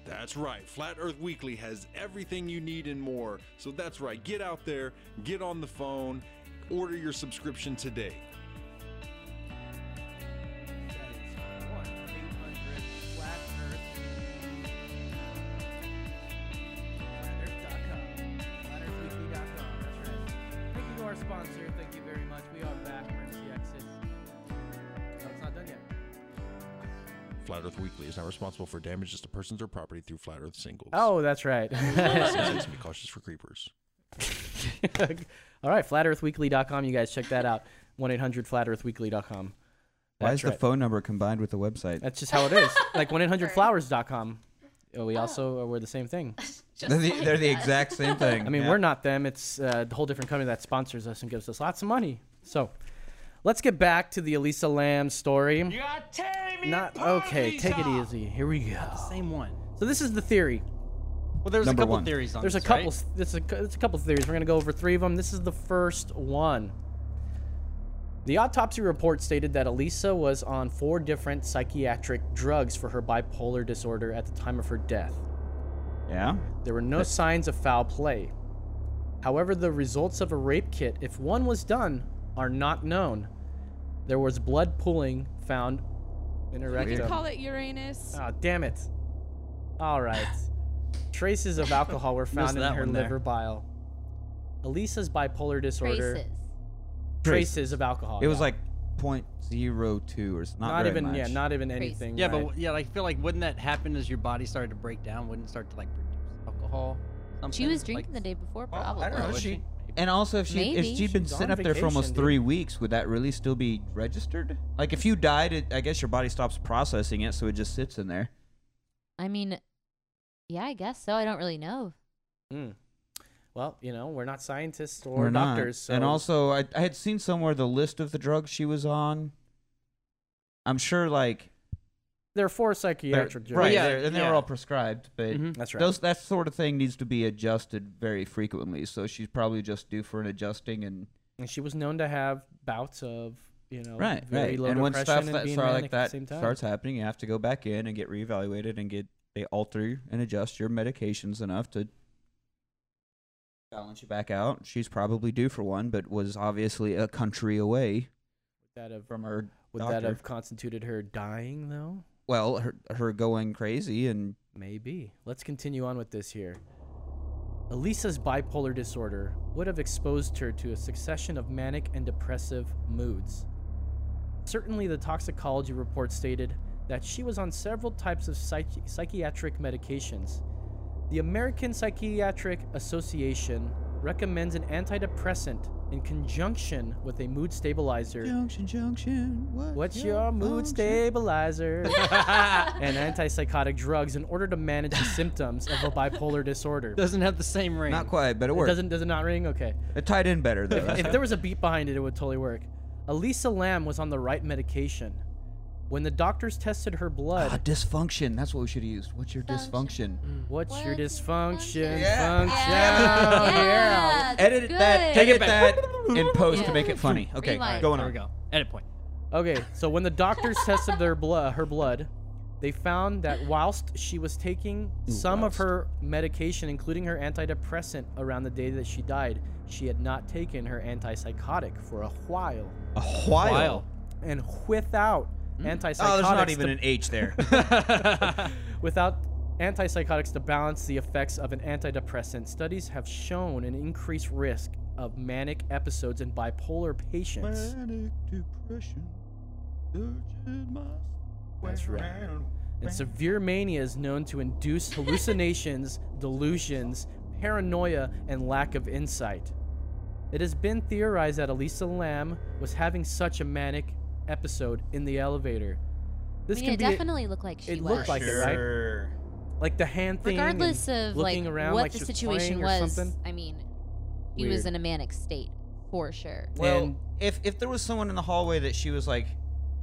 S11: That's right, Flat Earth Weekly has everything you need and more. So that's right, get out there, get on the phone, order your subscription today.
S6: Thank you to our sponsor. Thank you very much. We are back. Emergency exit. No, it's not done yet.
S11: Flat Earth Weekly is not responsible for damages to persons or property through Flat Earth singles.
S6: Oh, that's right.
S11: Citizens be cautious for creepers.
S6: All right, flatearthweekly.com. You guys check that out. 1 800 flatearthweekly.com.
S4: Why is
S6: That's
S4: the
S6: right.
S4: phone number combined with the website?
S6: That's just how it is. like 1 800 flowers.com. Oh, We also are, we're the same thing.
S4: They're the- like they're the us. exact same thing,
S6: I mean,
S4: yeah.
S6: we're not them. It's uh, the whole different company that sponsors us and gives us lots of money. So let's get back to the Elisa Lamb story. Not okay. Take it easy. Here we go.
S1: Same one.
S6: So this is the theory.
S1: Well, there's a couple theories on
S6: There's
S1: this,
S6: a couple.
S1: right?
S6: There's a, there's a couple theories. We're gonna go over three of them. This is the first one. The autopsy report stated that Elisa was on four different psychiatric drugs for her bipolar disorder at the time of her death.
S4: Yeah.
S6: There were no signs of foul play. However, the results of a rape kit, if one was done, are not known. There was blood pooling found in her
S10: We
S6: rectum.
S10: could call it Uranus.
S6: Oh, damn it. All right. Traces of alcohol were
S10: Missed
S6: found in
S10: that
S6: her
S10: one there.
S6: liver bile. Elisa's bipolar disorder.
S8: Traces.
S6: Traces of alcohol.
S4: It was
S6: yeah.
S4: like 0.02 or s- not, very
S6: even
S4: much.
S6: yeah, not even anything.
S1: Yeah,
S6: right.
S1: but yeah, like, I feel like wouldn't that happen as your body started to break down? Wouldn't it start to like produce alcohol?
S8: She
S1: something?
S8: was
S1: Like,
S8: drinking the day before,
S6: Oh,
S8: probably.
S1: I don't know. She
S4: And also, if she
S8: Maybe.
S4: if she'd been
S8: She's
S4: sitting
S8: on
S4: up there for almost
S8: vacation,
S4: three weeks, would that really still be registered? Like, if you died, it, I guess your body stops processing it, so it just sits in there.
S8: I mean, yeah, I guess so. I don't really know.
S6: Mm. Well, you know, we're not scientists or
S4: We're not.
S6: doctors. So
S4: And also, I, I had seen somewhere the list of the drugs she was on. I'm sure, like
S6: there are four
S4: they're-
S6: psychiatric drugs.
S4: right, they're- and they were all prescribed, but
S6: Mhm. That's right.
S4: Those that sort of thing needs to be adjusted very frequently. So she's probably just due for an adjusting and
S6: And she was known to have bouts of, you know,
S4: right,
S6: very
S4: right.
S6: low
S4: and when
S6: depression
S4: stuff
S6: and
S4: that
S6: being
S4: sorta
S6: manic
S4: like
S6: at
S4: that
S6: the same time.
S4: starts happening, you have to go back in and get reevaluated and get they alter and adjust your medications enough to balance you back out. She's probably due for one, but was obviously a country away.
S6: that have,
S4: from her
S6: would that
S4: doctor.
S6: have constituted her dying though?
S4: Well, her her going crazy and
S6: Maybe. Let's continue on with this here. Elisa's bipolar disorder would have exposed her to a succession of manic and depressive moods. Certainly, the toxicology report stated that she was on several types of psychi- psychiatric medications. The American Psychiatric Association recommends an antidepressant in conjunction with a mood stabilizer.
S4: Junction, junction. What's,
S6: What's your mood stabilizer? and antipsychotic drugs in order to manage the symptoms of a bipolar disorder.
S1: Doesn't have the same ring.
S4: Not quite, but it
S6: It
S4: worked.
S6: doesn't does it not ring? Okay.
S4: It tied in better though.
S6: If, if there was a beat behind it, it would totally work. Elisa Lamb was on the right medication. When the doctors tested her blood,
S4: Ah, dysfunction. That's what we should have used. What's your dysfunction?
S6: what's your dysfunction?
S4: Yeah.
S6: Function.
S4: Yeah.
S6: Yeah.
S4: Edit that.
S6: Take it
S4: edit
S6: back.
S4: that in post
S6: Yeah.
S4: to make it funny. Okay,
S6: Rewind.
S4: going
S6: There
S4: on.
S6: we go.
S1: Edit point.
S6: Okay, so when the doctors tested their blood, her blood, they found that whilst she was taking
S4: Ooh,
S6: some
S4: whilst.
S6: of her medication, including her antidepressant, around the day that she died, she had not taken her antipsychotic for a while.
S4: A while.
S6: And without antipsychotics.
S4: Oh, there's not
S6: to-
S4: even an H there.
S6: Without antipsychotics to balance the effects of an antidepressant, studies have shown an increased risk of manic episodes in bipolar patients.
S4: depression.
S6: That's right. And severe mania is known to induce hallucinations, delusions, paranoia, and lack of insight. It has been theorized that Elisa Lamb was having such a manic episode in the elevator. This
S8: I mean,
S6: can
S8: it
S6: be
S8: definitely looked like she
S6: it
S8: was.
S6: looked like it, right? Like the hand thing. and
S8: Regardless of like
S6: looking around
S8: what
S6: like
S8: the
S6: she was
S8: situation
S6: playing or
S8: was,
S6: something.
S8: I mean, he was
S4: Weird.
S8: in a manic state for sure.
S4: Well, if if there was someone in the hallway that she was like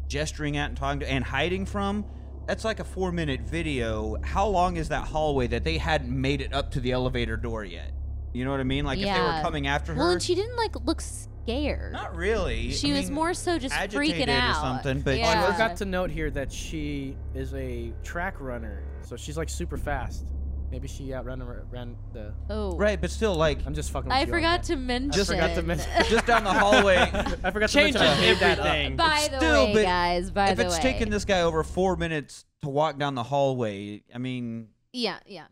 S4: gesturing at and talking to and hiding from, that's like a four minute video. How long is that hallway that they hadn't made it up to the elevator door yet? You know what I mean? Like if they were
S8: Yeah.
S4: coming after her,
S8: Well, and she didn't like look scared.
S4: not really.
S8: She
S4: I
S8: was
S4: mean,
S8: more so just
S4: agitated
S8: freaking
S4: or
S8: out.
S4: something, but she
S8: yeah.
S6: I forgot to note here that she is a track runner, so she's like super fast. Maybe she outran ran the.
S8: Oh.
S4: Right, but still, like
S6: I'm just fucking. with
S8: I
S6: you on
S8: forgot
S6: that.
S8: to mention.
S6: I forgot to mention.
S4: just down the hallway.
S6: I forgot to
S4: Changes
S6: mention. I made that up.
S4: everything.
S8: By the
S4: Still,
S8: way,
S4: but
S8: guys. By
S4: if
S8: the
S4: it's
S8: way.
S4: taking this guy over four minutes to walk down the hallway, I mean,
S8: Yeah, yeah.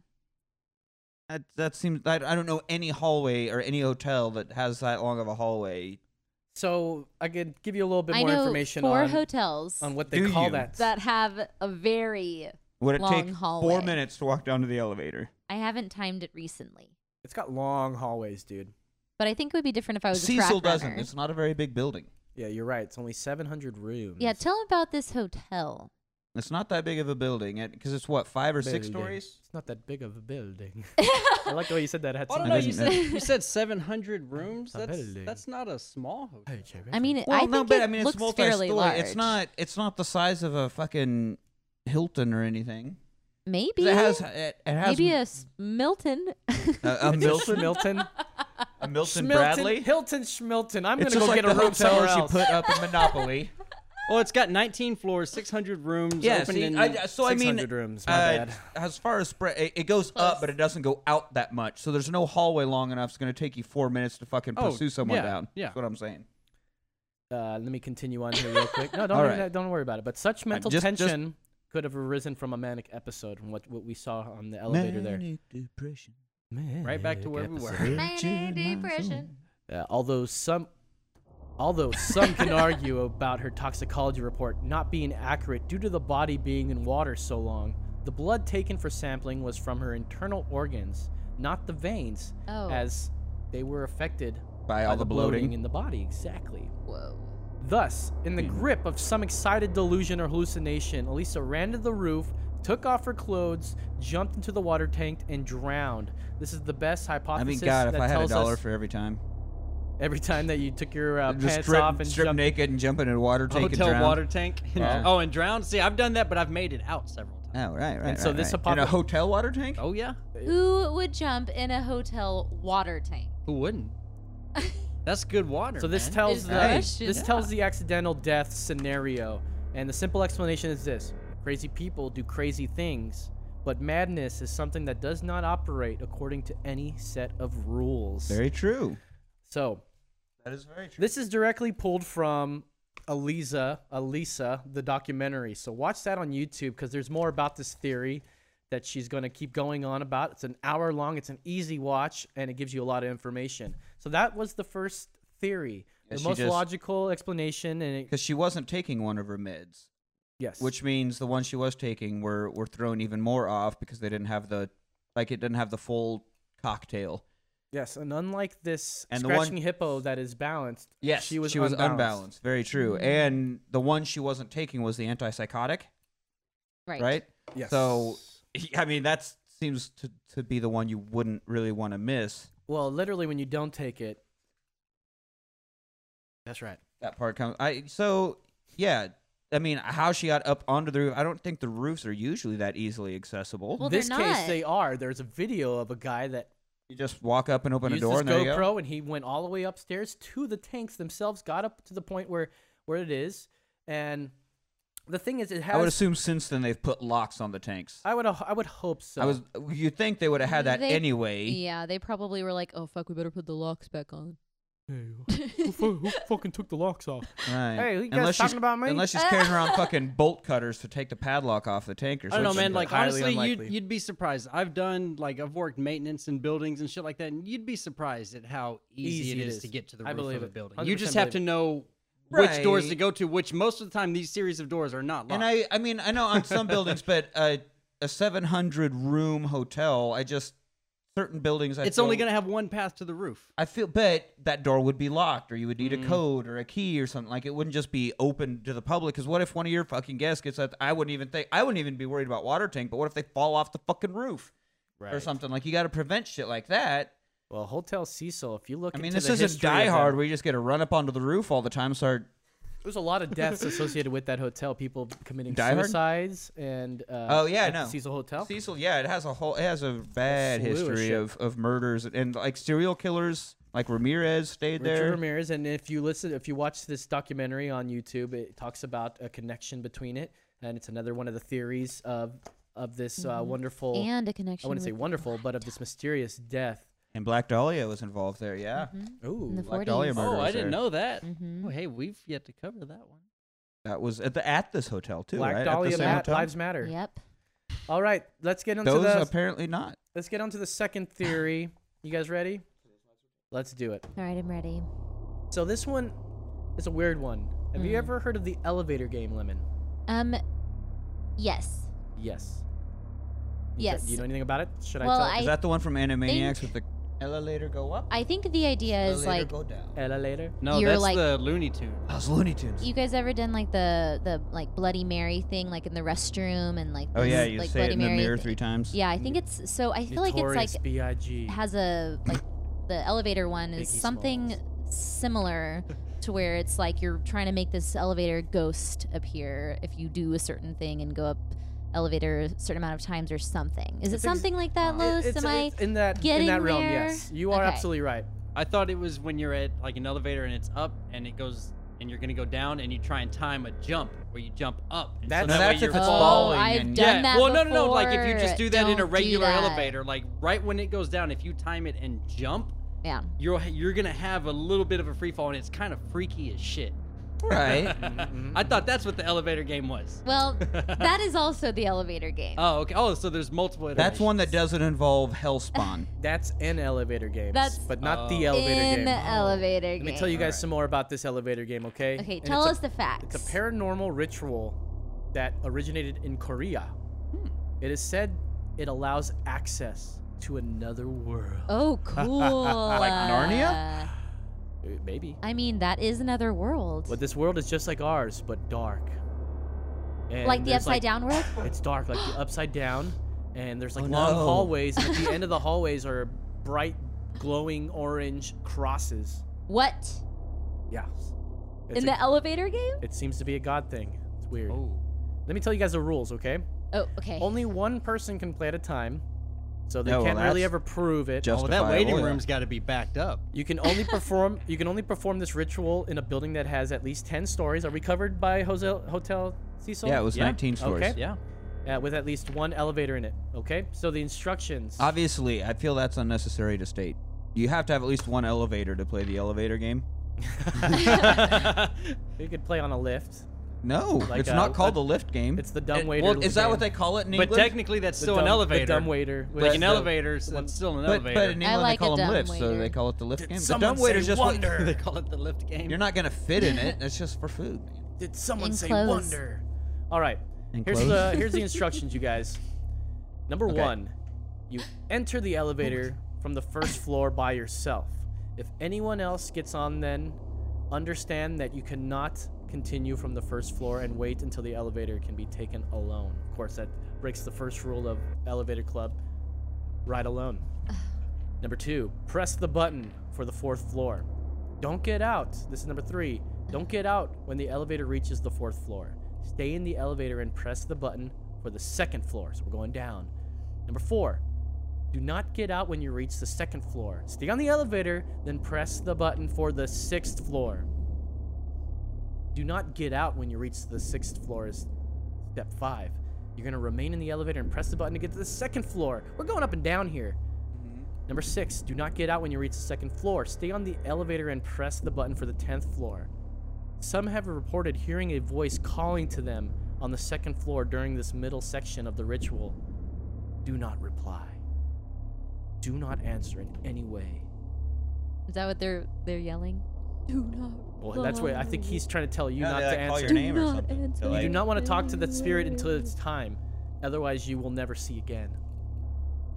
S4: that that seems. I, I don't know any hallway or any hotel that has that long of a hallway.
S6: So I could give you a little bit
S8: I
S6: more
S8: know
S6: information
S8: four
S6: on
S8: hotels
S6: on what they
S4: Do
S6: call
S4: you?
S6: that.
S8: that have a very
S4: Would it
S8: long
S4: take
S8: hallway.
S4: four minutes to walk down to the elevator?
S8: I haven't timed it recently,
S6: It's got long hallways, dude.
S8: but I think it would be different if I was a
S4: Cecil
S8: track
S4: doesn't.
S8: runner.
S4: It's not a very big building.
S6: Yeah, you're right. It's only 700 rooms.
S8: Yeah, tell him about this hotel.
S4: It's not that big of a building because it's what five or six stories.
S6: It's not that big of a building. I like the way you said that. Had
S1: I
S6: some
S1: don't know. You
S4: doesn't
S1: said,
S4: matter.
S1: you said 700 rooms.
S6: It's a
S1: That's
S6: building.
S1: that's not a small hotel.
S8: I mean, it- I
S4: Well,
S8: think
S4: no, but
S8: it
S4: I mean it's
S8: looks fairly
S4: multi-story.
S8: large.
S4: It's not. It's not the size of a fucking Hilton or anything.
S8: Maybe
S4: 'Cause It has. It, it has Uh,
S8: maybe a s- Milton.
S4: a, a Milton.
S6: Milton.
S4: A Milton
S6: Schmilton.
S4: Bradley.
S6: Hilton Schmilton. I'm
S4: it's
S6: going to
S4: just
S6: go
S4: like
S6: get
S4: the
S6: a room somewhere
S4: hotel she
S6: else.
S4: put up in Monopoly.
S1: Well, it's got 19 floors, 600 rooms.
S4: yeah.
S1: open
S4: see,
S1: in
S4: I, so I mean,
S6: 600 rooms, my
S4: uh,
S6: bad.
S4: as far as spread, it, it goes up, but it doesn't go out that much. So there's no hallway long enough. It's going to take you four minutes to fucking
S1: Oh,
S4: pursue someone
S1: yeah,
S4: down.
S1: yeah.
S4: That's what I'm saying.
S6: uh, let me continue on here real quick. No, don't
S4: All
S6: even-
S4: right.
S6: don't worry about it. But such mental
S4: just- just-
S6: tension could have arisen from a manic episode and what, what we saw on the elevator there.
S4: Manic depression.
S1: Right back to where we were.
S6: episode.
S8: Manic depression.
S6: Uh, although some, although some can argue about her toxicology report not being accurate due to the body being in water so long, the blood taken for sampling was from her internal organs, not the veins,
S8: Oh.
S6: as they were affected
S4: By all
S6: the,
S4: the
S6: bloating.
S4: bloating.
S6: in the body. Exactly.
S8: Whoa.
S6: Thus, in the
S4: Hmm.
S6: grip of some excited delusion or hallucination, Elisa ran to the roof, took off her clothes, jumped into the water tank, and drowned. This is the best
S4: I
S6: hypothesis
S4: mean, God, if
S6: that
S4: I had a
S6: tells
S4: dollar
S6: us
S4: for every time.
S6: every time that you took your uh,
S4: just
S6: pants
S4: strip,
S6: off and
S4: strip
S6: jumped.
S4: naked and jump in a water tank
S1: hotel
S4: and drown.
S1: water tank.
S4: Yeah.
S1: oh, and drown. See, I've done that, but I've made it out several times.
S4: Oh, right, right.
S6: And so
S4: right,
S6: this
S4: right. in a
S6: apocalypse-
S4: hotel water tank.
S1: Oh yeah,
S8: Who would jump in a hotel water tank?
S1: who wouldn't? That's good water.
S6: So this
S1: man.
S6: tells the
S8: Nice.
S6: this tells the accidental death scenario, and the simple explanation is this: crazy people do crazy things, but madness is something that does not operate according to any set of rules.
S4: Very true.
S6: so
S4: That is very true.
S6: This is directly pulled from Elisa, Elisa, the documentary. So watch that on YouTube because there's more about this theory that she's going to keep going on about. It's an hour long, it's an easy watch, and it gives you a lot of information. So that was the first theory,
S4: Yeah,
S6: the
S4: she
S6: most
S4: just-
S6: logical explanation, and it,
S4: Because she wasn't taking one of her mids,
S6: yes,
S4: which means the ones she was taking were were thrown even more off because they didn't have the like it didn't have the full cocktail.
S6: yes, and unlike this
S4: And the one-
S6: scratching hippo that is balanced,
S4: Yes,
S6: she was
S4: unbalanced.
S6: unbalanced.
S4: Very
S6: Mm.
S4: true. And the one she wasn't taking was the antipsychotic,
S8: Right.
S4: right?
S6: Yes.
S4: So I mean that seems to to be the one you wouldn't really want to miss.
S6: Well, literally, when you don't take it, that's right.
S4: That part comes. I so yeah. I mean, how she got up onto the roof? I don't think the roofs are usually that easily accessible.
S8: Well,
S6: In this
S8: they're
S6: case,
S8: not.
S6: they are. There's a video of a guy that
S4: you just walk up and open a
S6: used
S4: door,
S6: his
S4: and there you go.
S6: GoPro and he went all the way upstairs to the tanks themselves, got up to the point where where it is, and the thing is, it has.
S4: I would assume since then they've put locks on the tanks.
S6: I would. I would hope so.
S4: I was. You'd think they would have had that
S8: They-
S4: anyway.
S8: Yeah, they probably were like, "Oh fuck, we better put the locks back on."
S6: who, fu- who fucking took the locks off?
S4: Right.
S6: Hey, you guys
S4: unless
S6: talking
S4: she's,
S6: about me?
S4: Unless she's carrying around fucking bolt cutters to take the padlock off the tank or
S1: I don't
S4: something.
S1: know, man. Like
S6: highly
S1: honestly, you'd,
S6: unlikely.
S1: you'd be surprised. I've done like I've worked maintenance in buildings and shit like that, and you'd be surprised at how easy, it is, to get to the
S6: I
S1: roof
S6: believe
S1: of a
S6: it.
S1: building. You
S6: 100%
S1: just have to
S6: believe it.
S1: know which doors to
S4: Right.
S1: go to. Which most of the time, these series of doors are not locked.
S4: and I, I mean, I know on some buildings, but uh, a 700 room hotel, I just certain buildings. I
S1: it's
S4: feel,
S1: only gonna have one path to the roof.
S4: I feel, but that door would be locked, or you would need
S6: Mm.
S4: a code or a key or something. Like it wouldn't just be open to the public. Because what if one of your fucking guests gets that? I wouldn't even think. I wouldn't even be worried about water tank. But what if they fall off the fucking roof or something? Like you got to prevent shit like that.
S6: Well, Hotel Cecil. If you look,
S4: I mean,
S6: into
S4: this
S6: the
S4: isn't
S6: history of
S4: Die
S6: them,
S4: Hard where you just get to run up onto the roof all the time. and Start.
S6: There's a lot of deaths associated with that hotel. People committing
S4: Die Hard?
S6: suicides and uh,
S4: Oh yeah,
S6: at the
S4: no.
S6: Cecil Hotel.
S4: Cecil, yeah, it has a whole. It has a bad
S6: slew of
S4: history
S6: shit.
S4: of, of murders and, like serial killers. Like Ramirez stayed
S6: Richard
S4: there.
S6: Ramirez, and if you listen, if you watch this documentary on YouTube, it talks about a connection between it, and it's another one of the theories of of this uh,
S4: Oh.
S6: wonderful.
S8: Mm-hmm. And a connection.
S6: I wouldn't say
S8: with
S6: wonderful, but of this mysterious death.
S4: And Black Dahlia was involved there. Yeah,
S6: Ooh,
S8: in the
S4: Black
S8: 40s.
S4: Dahlia murder.
S1: Oh,
S4: was
S1: I didn't
S4: there.
S1: know that.
S8: Mhm.
S1: Oh, hey, we've yet to cover that one.
S4: That was at the at this hotel too,
S6: Black
S4: right? at
S6: Dahlia,
S4: the same
S6: Ma-
S4: hotel?
S6: lives matter.
S8: Yep.
S6: All right, let's get into
S4: Those
S6: the
S4: apparently not.
S6: let's get onto the second theory. You guys ready? Let's do it.
S8: All right, I'm ready.
S6: So this one, It's a weird one. Have you
S8: Mm.
S6: ever heard of the elevator game, Lemon?
S8: Um, yes.
S6: Yes. You got-
S8: Yes.
S6: Do you know anything about it? Should
S8: Well,
S6: I tell?
S8: I-
S4: Is that the one from Animaniacs with
S8: think-
S4: the elevator go up?
S8: I think the idea is
S4: elevator
S8: like,
S4: go down.
S6: Elevator.
S1: No,
S8: You're
S1: that's
S8: like-
S1: the Looney Tune.
S4: Oh, it's Looney Tunes.
S8: you guys ever done like the the like Bloody Mary thing, like in the restroom and like
S4: Oh yeah,
S8: this,
S4: you
S8: like,
S4: say
S8: Bloody
S4: it in the
S8: Mary
S4: mirror
S8: thi-
S4: three times.
S8: Yeah, I think it's so. I feel like it's like
S6: Notorious B.I.G.
S8: has a like the elevator one is
S6: Biggie
S8: something similar to where it's like you're trying to make this elevator ghost appear if you do a certain thing and go up elevator a certain amount of times or something. Is it
S6: It's ex-
S8: something like that, Los?
S6: it's,
S8: Am I
S6: it's in that in
S8: getting
S6: that realm?
S8: there?
S6: Yes, you are
S8: Okay.
S6: absolutely right.
S1: I thought it was when you're at like an elevator and it's up and it goes and you're gonna go down and you try and time a jump where you jump up. And
S6: That's-
S1: that
S6: No,
S1: way
S4: that's if
S1: you're-
S4: it's
S8: Oh,
S4: falling
S8: I've
S4: and-
S8: done that
S1: Well, no, no, no. Like if you
S8: before.
S1: just do that in a
S8: Don't do
S1: regular
S8: that.
S1: elevator, like right when it goes down, if you time it and jump,
S8: Yeah.
S1: you're you're gonna have a little bit of a free fall and it's kind of freaky as shit.
S4: Right.
S1: I thought that's what the elevator game was.
S8: Well, that is also the elevator game.
S1: Oh, okay. Oh, so there's multiple.
S4: That's
S1: iterations.
S4: one that doesn't involve Hellspawn.
S6: That's in elevator games,
S8: That's
S6: but not
S1: Oh.
S6: the elevator
S8: in
S6: game.
S8: elevator
S6: Let
S8: game.
S6: me tell you guys some more about this elevator game, okay?
S8: Okay,
S6: And
S8: tell
S6: it's a-
S8: us the facts.
S6: It's a paranormal ritual that originated in Korea.
S8: Hmm.
S6: It is said it allows access to another world.
S8: oh, cool. like
S4: Narnia?
S6: Uh, Maybe.
S8: I mean, that is another world.
S6: But this world is just like ours, but dark. And
S8: like the
S6: there's,
S8: upside down world?
S6: It's dark, like the upside down, and there's like
S4: Oh,
S6: long
S4: no.
S6: hallways, and at the end of the hallways are bright, glowing orange crosses.
S8: What?
S6: Yeah. It's
S8: In
S6: a-
S8: the elevator game?
S6: it seems to be a god thing. It's weird.
S1: Oh.
S6: Let me tell you guys the rules, okay?
S8: Oh, okay.
S6: Only one person can play at a time, so they
S4: No, well,
S6: can't really
S4: that's
S6: ever prove it.
S1: Oh, that
S4: justifiable,
S1: waiting
S4: yeah.
S1: room's got to be backed up.
S6: You can only perform you can only perform this ritual in a building that has at least 10 stories. Are we covered by Hotel Hotel Cecil?
S4: Yeah, it was
S1: Yeah.
S4: 19 stories.
S6: Okay.
S1: Yeah.
S6: Uh, with at least one elevator in it, okay? So the instructions.
S4: Obviously, I feel that's unnecessary to state. You have to have at least one elevator to play the elevator game.
S6: you could play on a lift.
S4: No,
S6: Like,
S4: it's
S6: uh,
S4: not called
S6: uh,
S4: the lift game.
S6: It's the dumb waiter.
S1: well,
S4: is that what they call it in
S1: But
S4: England?
S1: technically, that's still
S6: dumb-
S1: an
S6: the
S1: elevator.
S6: dumb waiter
S1: Like
S6: was
S1: an
S6: the-
S1: elevator, so it's still an
S4: but,
S1: elevator.
S4: but in England they
S8: like a
S4: call them
S8: dumb
S4: lifts, so
S8: waiter.
S4: they call it the lift game. The
S6: someone
S4: dumb waiter's
S6: say
S4: just what-
S6: wonder?
S1: they call it the lift game.
S4: You're not gonna fit in it. That's just for food. man.
S6: Did someone say
S8: Enclosed.
S6: wonder? All right.
S4: And
S6: Here's
S4: clothes.
S6: the here's the instructions, you guys. Number
S4: Okay.
S6: one, you enter the elevator from the first floor by yourself. If anyone else gets on, then understand that you cannot continue from the first floor and wait until the elevator can be taken alone. Of course, that breaks the first rule of Elevator Club: ride alone. Number two, press the button for the fourth floor. Don't get out. This is number three. Don't get out when the elevator reaches the fourth floor. Stay in the elevator and press the button for the second floor. So we're going down. Number four, do not get out when you reach the second floor. Stay on the elevator, then press the button for the sixth floor. Do not get out when you reach the sixth floor is step five. You're gonna remain in the elevator and press the button to get to the second floor. We're going up and down here. Number six, do not get out when you reach the second floor. Stay on the elevator and press the button for the 10th floor. Some have reported hearing a voice calling to them on the second floor during this middle section of the ritual. Do not reply. Do not answer in any way.
S8: Is that what they're they're yelling? Do not.
S6: Well, that's what I think he's trying to tell you
S4: Yeah,
S6: not
S4: they,
S6: to
S4: like, call
S6: answer.
S4: your name or
S8: not
S4: something.
S8: answer.
S4: So,
S8: You
S6: You
S4: like,
S6: do not want to talk to that spirit until it's time. Otherwise, you will never see again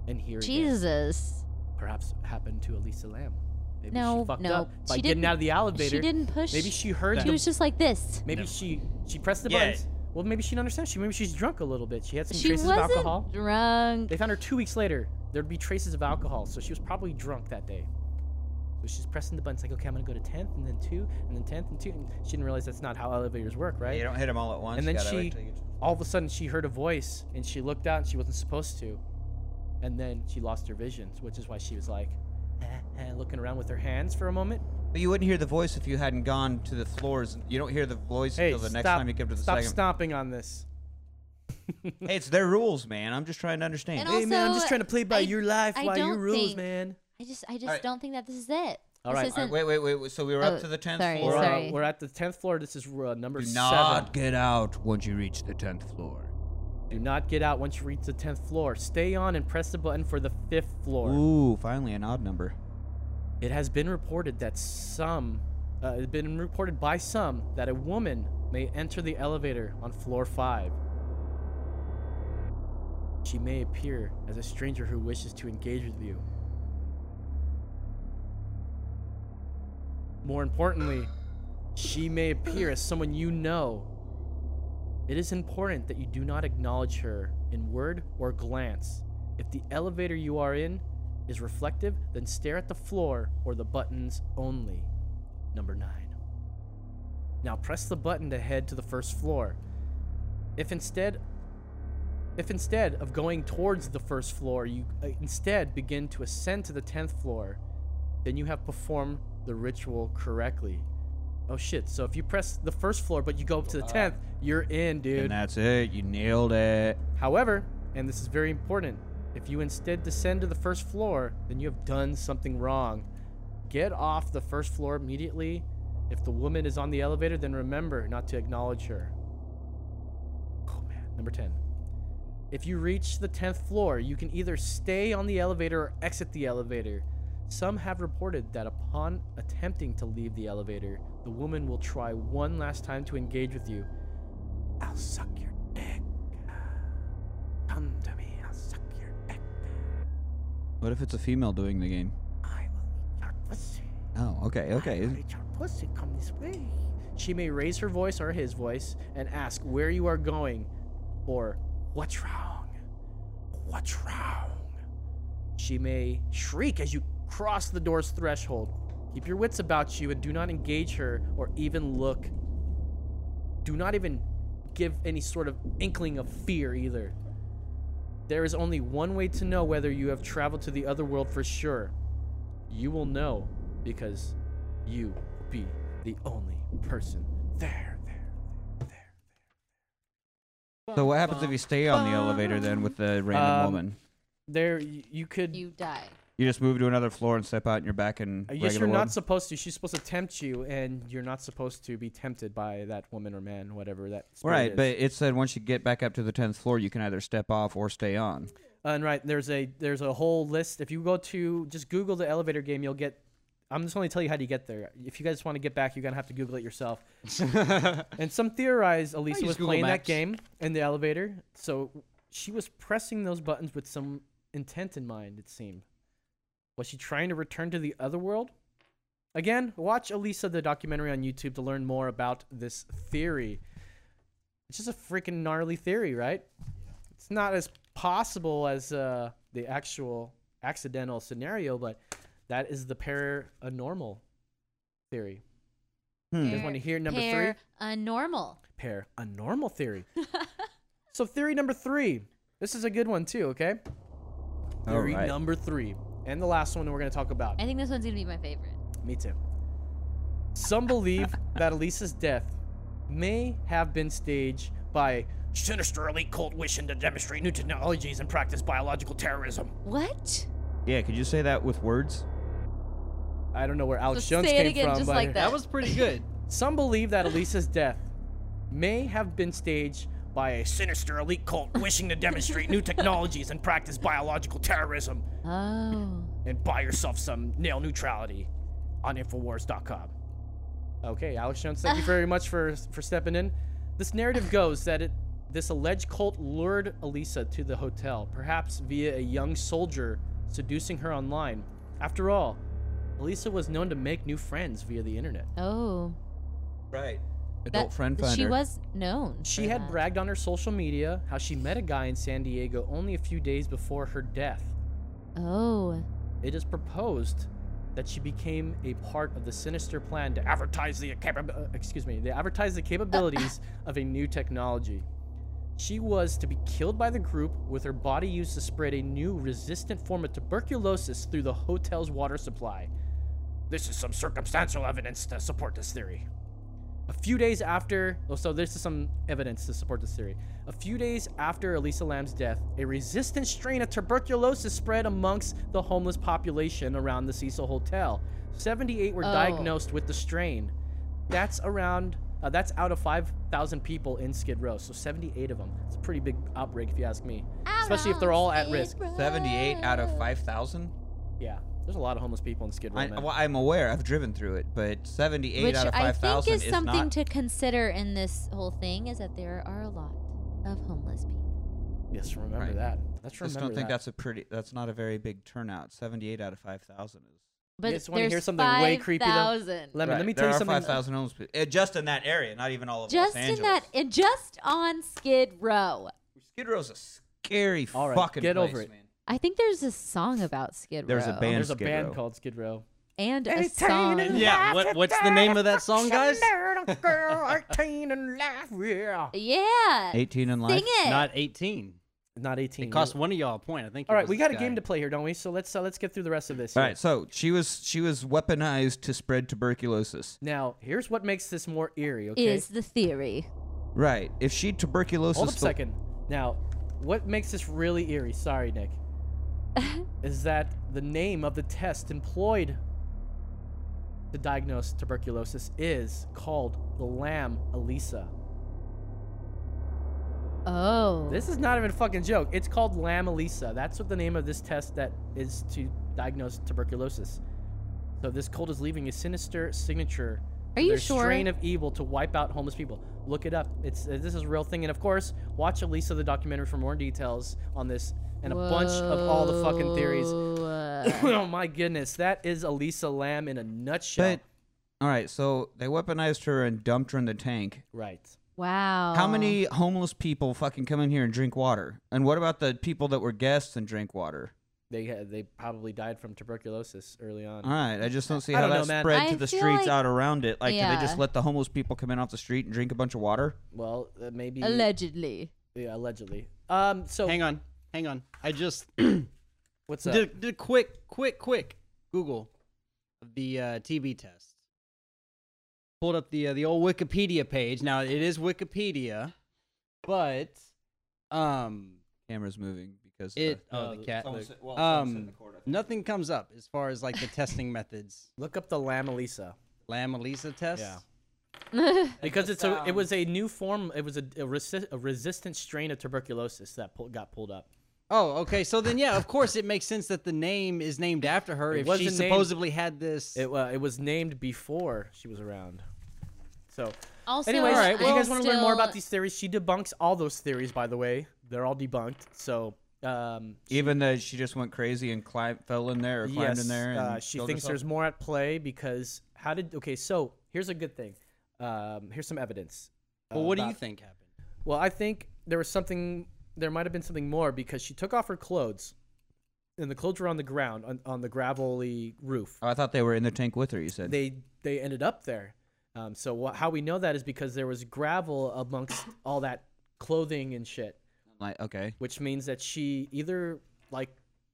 S6: and hear again.
S8: Jesus.
S6: perhaps happened to Elisa Lamb. Maybe
S8: No,
S6: she fucked
S8: no,
S6: up by
S8: she
S6: getting
S8: didn't-
S6: out of the elevator.
S8: She didn't push.
S6: Maybe she heard
S8: She
S6: the.
S8: was just like this.
S6: Maybe she she pressed the buttons. Well, maybe she didn't understand. She maybe she's drunk a little bit. She had some
S8: She
S6: traces
S8: wasn't
S6: of alcohol.
S8: drunk.
S6: They found her two weeks later. There'd be traces of alcohol, so she was probably drunk that day. So she's pressing the buttons like, okay, I'm gonna go to tenth and then two and then tenth and two. And she didn't realize that's not how elevators work, right?
S4: You don't hit them all at once.
S6: And
S4: you
S6: then
S4: gotta wait
S6: she,
S4: till you get-
S6: all of a sudden, she heard a voice, and she looked out, and she wasn't supposed to. And then she lost her vision, which is why she was like, eh, eh, looking around with her hands for a moment.
S4: But you wouldn't hear the voice if you hadn't gone to the floors. You don't hear the voice
S6: Hey,
S4: until the
S6: stop,
S4: next time you come to the
S6: stop
S4: second.
S6: stomping on this.
S4: Hey, it's their rules, man. I'm just trying to understand.
S8: And Hey, man, I'm just Also, trying to play by I- your life, I by your don't rules, think-
S6: man.
S8: I just I just
S4: Alright.
S8: don't think that this is it.
S6: All
S8: This
S6: right,
S8: isn't-
S4: wait, wait, wait, wait. So we were
S8: Oh,
S4: up to the tenth
S8: sorry,
S4: floor.
S6: We're,
S8: sorry.
S6: uh, we're at the tenth floor. This is uh, number
S4: Do
S6: seven.
S4: not get out once you reach the tenth floor.
S6: Do not get out once you reach the tenth floor. Stay on and press the button for the fifth floor.
S4: Ooh, finally an odd number.
S6: It has been reported that some uh, it had been reported by some that a woman may enter the elevator on floor five. She may appear as a stranger who wishes to engage with you. More importantly, she may appear as someone you know. It is important that you do not acknowledge her in word or glance. If the elevator you are in is reflective, then stare at the floor or the buttons only. Number 9. Now press the button to head to the first floor. If instead if instead of going towards the first floor, you uh, instead begin to ascend to the 10th floor, then you have performed the ritual correctly. Oh shit, so if you press the first floor but you go up to the 10th, you're in, dude.
S4: And that's it. You nailed it.
S6: However, and this is very important, if you instead descend to the first floor, then you have done something wrong. Get off the first floor immediately. If the woman is on the elevator, then remember not to acknowledge her. Oh man, number 10. If you reach the 10th floor, you can either stay on the elevator or exit the elevator. Some have reported that upon attempting to leave the elevator, the woman will try one last time to engage with you. I'll suck your dick. Come to me, I'll suck your dick.
S4: What if it's a female doing the game? Oh, okay, okay.
S6: Pussy, come this way. She may raise her voice or his voice and ask where you are going or what's wrong? What's wrong? She may shriek as you cross the door's threshold. Keep your wits about you and do not engage her or even look. Do not even give any sort of inkling of fear either. There is only one way to know whether you have traveled to the other world for sure. You will know because you will be the only person there.
S4: So what happens if you stay on the elevator then with the random
S6: Um,
S4: woman?
S6: There, y- you could.
S8: You die.
S4: You just move to another floor and step out, and you're back in.
S6: Uh, yes,
S4: regular
S6: you're not
S4: world?
S6: supposed to. She's supposed to tempt you, and you're not supposed to be tempted by that woman or man, whatever that. spirit
S4: Right,
S6: is.
S4: but it said once you get back up to the tenth floor, you can either step off or stay on.
S6: And right, there's a there's a whole list. If you go to just Google the elevator game, you'll get. I'm just only tell you how to get there. If you guys want to get back, you're gonna have to Google it yourself. and some theorize Elisa
S7: just
S6: was
S7: Google
S6: playing that
S7: Maps.
S6: game in the elevator, so she was pressing those buttons with some intent in mind. It seemed. Was she trying to return to the other world? Again, watch Elisa the documentary on YouTube to learn more about this theory. It's just a freaking gnarly theory, right? It's not as possible as uh, the actual accidental scenario, but that is the paranormal theory. You guys want to hear number
S8: Pair
S6: three?
S8: a normal.
S6: Pair a normal theory. so theory number three. This is a good one too. Okay.
S4: All
S6: Theory
S4: right.
S6: number three, and the last one we're going to talk about.
S8: I think this one's gonna be my favorite.
S6: Me too. Some believe that Elisa's death may have been staged by sinister elite cult wishing to demonstrate new technologies and practice biological terrorism.
S8: What?
S4: Yeah, could you say that with words?
S6: I don't know where Alex
S8: So
S6: Jones
S8: say it
S6: came
S8: again,
S6: from,
S8: just
S6: but
S8: like that. That was
S1: pretty good.
S6: Some believe that Elisa's death may have been staged by a sinister elite cult wishing to demonstrate new technologies and practice biological terrorism.
S8: Oh.
S6: and buy yourself some nail neutrality on Infowars.com. Okay, Alex Jones, thank you very much for for stepping in. This narrative goes that it this alleged cult lured Elisa to the hotel, perhaps via a young soldier seducing her online. After all, Elisa was known to make new friends via the internet.
S8: Oh.
S4: Right.
S8: That- She was known.
S6: She had bragged on her social media how she met a guy in San Diego only a few days before her death.
S8: Oh.
S6: It is proposed that she became a part of the sinister plan to advertise the capa- uh, excuse me, they advertise the capabilities of a new technology. She was to be killed by the group with her body used to spread a new resistant form of tuberculosis through the hotel's water supply. This is some circumstantial evidence to support this theory. A few days after, oh, so this is some evidence to support this theory. A few days after Elisa Lamb's death, a resistant strain of tuberculosis spread amongst the homeless population around the Cecil Hotel. 78 were
S7: Oh.
S6: diagnosed with the strain. That's around, uh, that's out of 5,000 people in Skid Row. So 78 of them. It's a pretty big outbreak, if you ask me. Especially if they're all at risk.
S4: Seventy-eight out of five thousand.
S6: Yeah. There's a lot of homeless people in Skid Row.
S4: I,
S6: man.
S4: well, I'm aware. I've driven through it, but 78
S8: Which
S4: out of
S8: I think
S4: 5,000
S8: is something
S4: not.
S8: to consider in this whole thing is that there are a lot of homeless people.
S6: yes, remember
S4: Right.
S6: that. Let's
S4: Just
S6: remember
S4: don't think
S6: that.
S4: that's a pretty. That's not a very big turnout. 78 out of 5,000 is.
S8: But
S6: you guys wanna hear
S8: there's
S6: something way creepy though?
S8: 5,000.
S6: Lemon,
S4: Right,
S6: let me
S4: there
S6: tell you
S4: are
S6: something.
S4: 5,000 homeless people. Uh, Just in that area, not even all of
S8: Just
S4: Los Angeles.
S8: in that, and just on Skid Row.
S4: Skid Row's a scary
S6: All right,
S4: fucking
S6: get
S4: place,
S6: over it.
S4: man.
S8: I think there's a song about Skid
S4: There's a
S8: Row.
S4: band
S6: Oh, There's a
S4: Skid
S6: band
S4: Row.
S6: called Skid Row.
S8: And a song.
S1: Yeah, what, what's the name of that song, guys?
S6: Girl, 18 and life, yeah.
S8: Yeah.
S4: 18 and life.
S8: Sing it.
S1: Not 18.
S6: Not 18.
S1: It cost one of y'all a point. I think.
S6: All right, we got a game to play here, don't we? So let's uh, let's get through the rest of this.
S4: All
S6: here.
S4: right, so she was she was weaponized to spread tuberculosis.
S6: Now, here's what makes this more eerie. Okay.
S8: Is the theory.
S4: Right. If she tuberculosis
S6: Hold up a
S4: the-
S6: second. Now, what makes this really eerie? Sorry, Nick. is that the name of the test employed to diagnose tuberculosis is called the Lamb Elisa.
S8: Oh.
S6: This is not even a fucking joke. It's called Lamb Elisa. That's what the name of this test that is to diagnose tuberculosis. So this cult is leaving a sinister signature.
S8: Are you
S6: their
S8: sure?
S6: Strain of evil to wipe out homeless people. Look it up. It's uh, this is a real thing, and of course, watch Elisa the documentary for more details on this and a bunch of all the fucking theories.
S8: Whoa.
S6: oh my goodness, that is Elisa Lamb in a nutshell.
S4: But all right, so they weaponized her and dumped her in the tank.
S6: right.
S8: wow.
S4: How many homeless people fucking come in here and drink water? And what about the people that were guests and drink water?
S6: They had, they probably died from tuberculosis early on.
S4: All right, I just don't see
S6: I
S4: how
S6: don't
S4: that
S6: know, man.
S4: spread
S8: I
S4: to the
S8: feel
S4: streets
S8: like-
S4: out around it. Like, do they
S8: Yeah.
S4: just let the homeless people come in off the street and drink a bunch of water?
S6: Well, uh, maybe
S8: Allegedly.
S6: yeah, allegedly. Um, so
S1: Hang on, hang on. I just did,
S6: what's up?
S1: did a quick, quick, quick Google of the uh, TB test. Pulled up the uh, the old Wikipedia page. Now it is Wikipedia, but um,
S4: Camera's moving because uh,
S1: it oh the cat.
S4: someone
S1: look.
S4: said- well, someone said in
S1: um,
S4: the court, I think.
S1: nothing comes up as far as like the testing methods.
S6: Look up the Lamb Elisa.
S1: Lam Elisa test.
S6: Yeah. because it's a, it was a new form. It was a, a, resi- a resistant strain of tuberculosis that pull, got pulled up.
S1: Oh, okay. So then, yeah, of course, it makes sense that the name is named after her
S6: It
S1: if
S6: was
S1: she
S6: a name-
S1: supposedly had this.
S6: It, uh, it was named before she was around. So,
S8: Also,
S6: anyways,
S8: I
S6: if you guys want to learn more
S8: still-
S6: about these theories, she debunks all those theories. By the way, they're all debunked. So, um,
S4: Even though she just went crazy and climbed, fell in there or climbed
S6: yes,
S4: in there. And
S6: uh, she
S4: killed
S6: thinks
S4: herself?
S6: there's more at play because how did? Okay, so here's a good thing. Um, here's some evidence.
S1: well, what do you
S6: about-
S1: think happened?
S6: Well, I think there was something. There might have been something more because she took off her clothes, and the clothes were on the ground on, on the gravelly roof.
S4: Oh, I thought they were in the tank with her. You said
S6: They they ended up there. Um, so wha how we know that is because there was gravel amongst all that clothing and shit,
S4: like okay.
S6: which means that she either like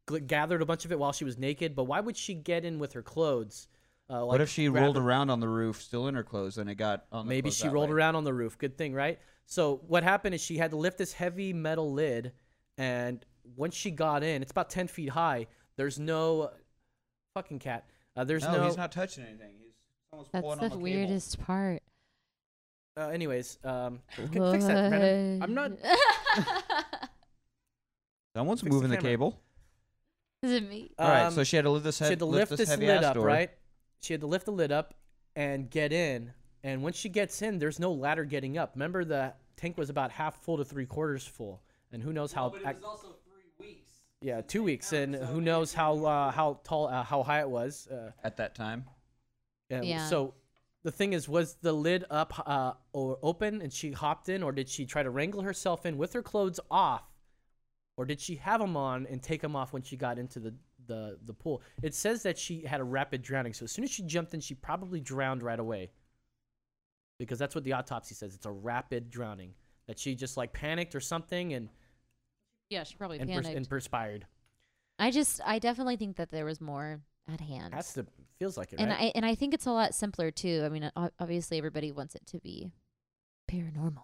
S6: gl- gathered a bunch of it while she was naked. But why would she get in with her clothes? Uh,
S4: what
S6: like,
S4: if she
S6: grab
S4: rolled
S6: her-
S4: around on the roof, still in her clothes, and it got on? The
S6: Maybe
S4: clothes
S6: she
S4: that
S6: rolled
S4: way?
S6: around on the roof. Good thing, right? So what happened is she had to lift this heavy metal lid, and once she got in, it's about ten feet high. There's no fucking cat. Uh, there's
S4: No,
S6: no.
S4: he's not touching anything. He's almost pulling
S8: That's
S4: on
S8: the
S4: the
S8: weirdest part.
S6: Uh, anyways, um, we can fix that. Brandon.
S1: I'm not.
S4: Cable. Someone's
S6: Fix the
S4: moving the,
S6: camera.
S4: cable.
S8: Is it me?
S4: All right,
S6: Um,
S4: so she had to lift this
S6: she
S4: head,
S6: had to
S4: lift
S6: lift,
S4: this,
S6: this,
S4: heavy
S6: lid
S4: ass
S6: up,
S4: door.
S6: right? She had to lift the lid up and get in. And once she gets in, there's no ladder getting up. Remember, the tank was about half full to three quarters full, and who knows how. ac- yeah, two weeks, and who knows how uh, how tall uh, how high it was. Uh,
S4: At that time,
S6: and
S8: Yeah.
S6: So the thing is, was the lid up uh, or open, and she hopped in, or did she try to wrangle herself in with her clothes off, or did she have them on and take them off when she got into the the the pool? It says that she had a rapid drowning, so as soon as she jumped in, she probably drowned right away. Because that's what the autopsy says. It's a rapid drowning. That she just like panicked or something and
S8: Yeah, she probably
S6: and, pers-
S8: panicked.
S6: and perspired.
S8: I just, I definitely think that there was more at hand.
S6: That's the feels like it.
S8: and
S6: right?
S8: I and I think it's a lot simpler too. I mean, o- obviously everybody wants it to be paranormal.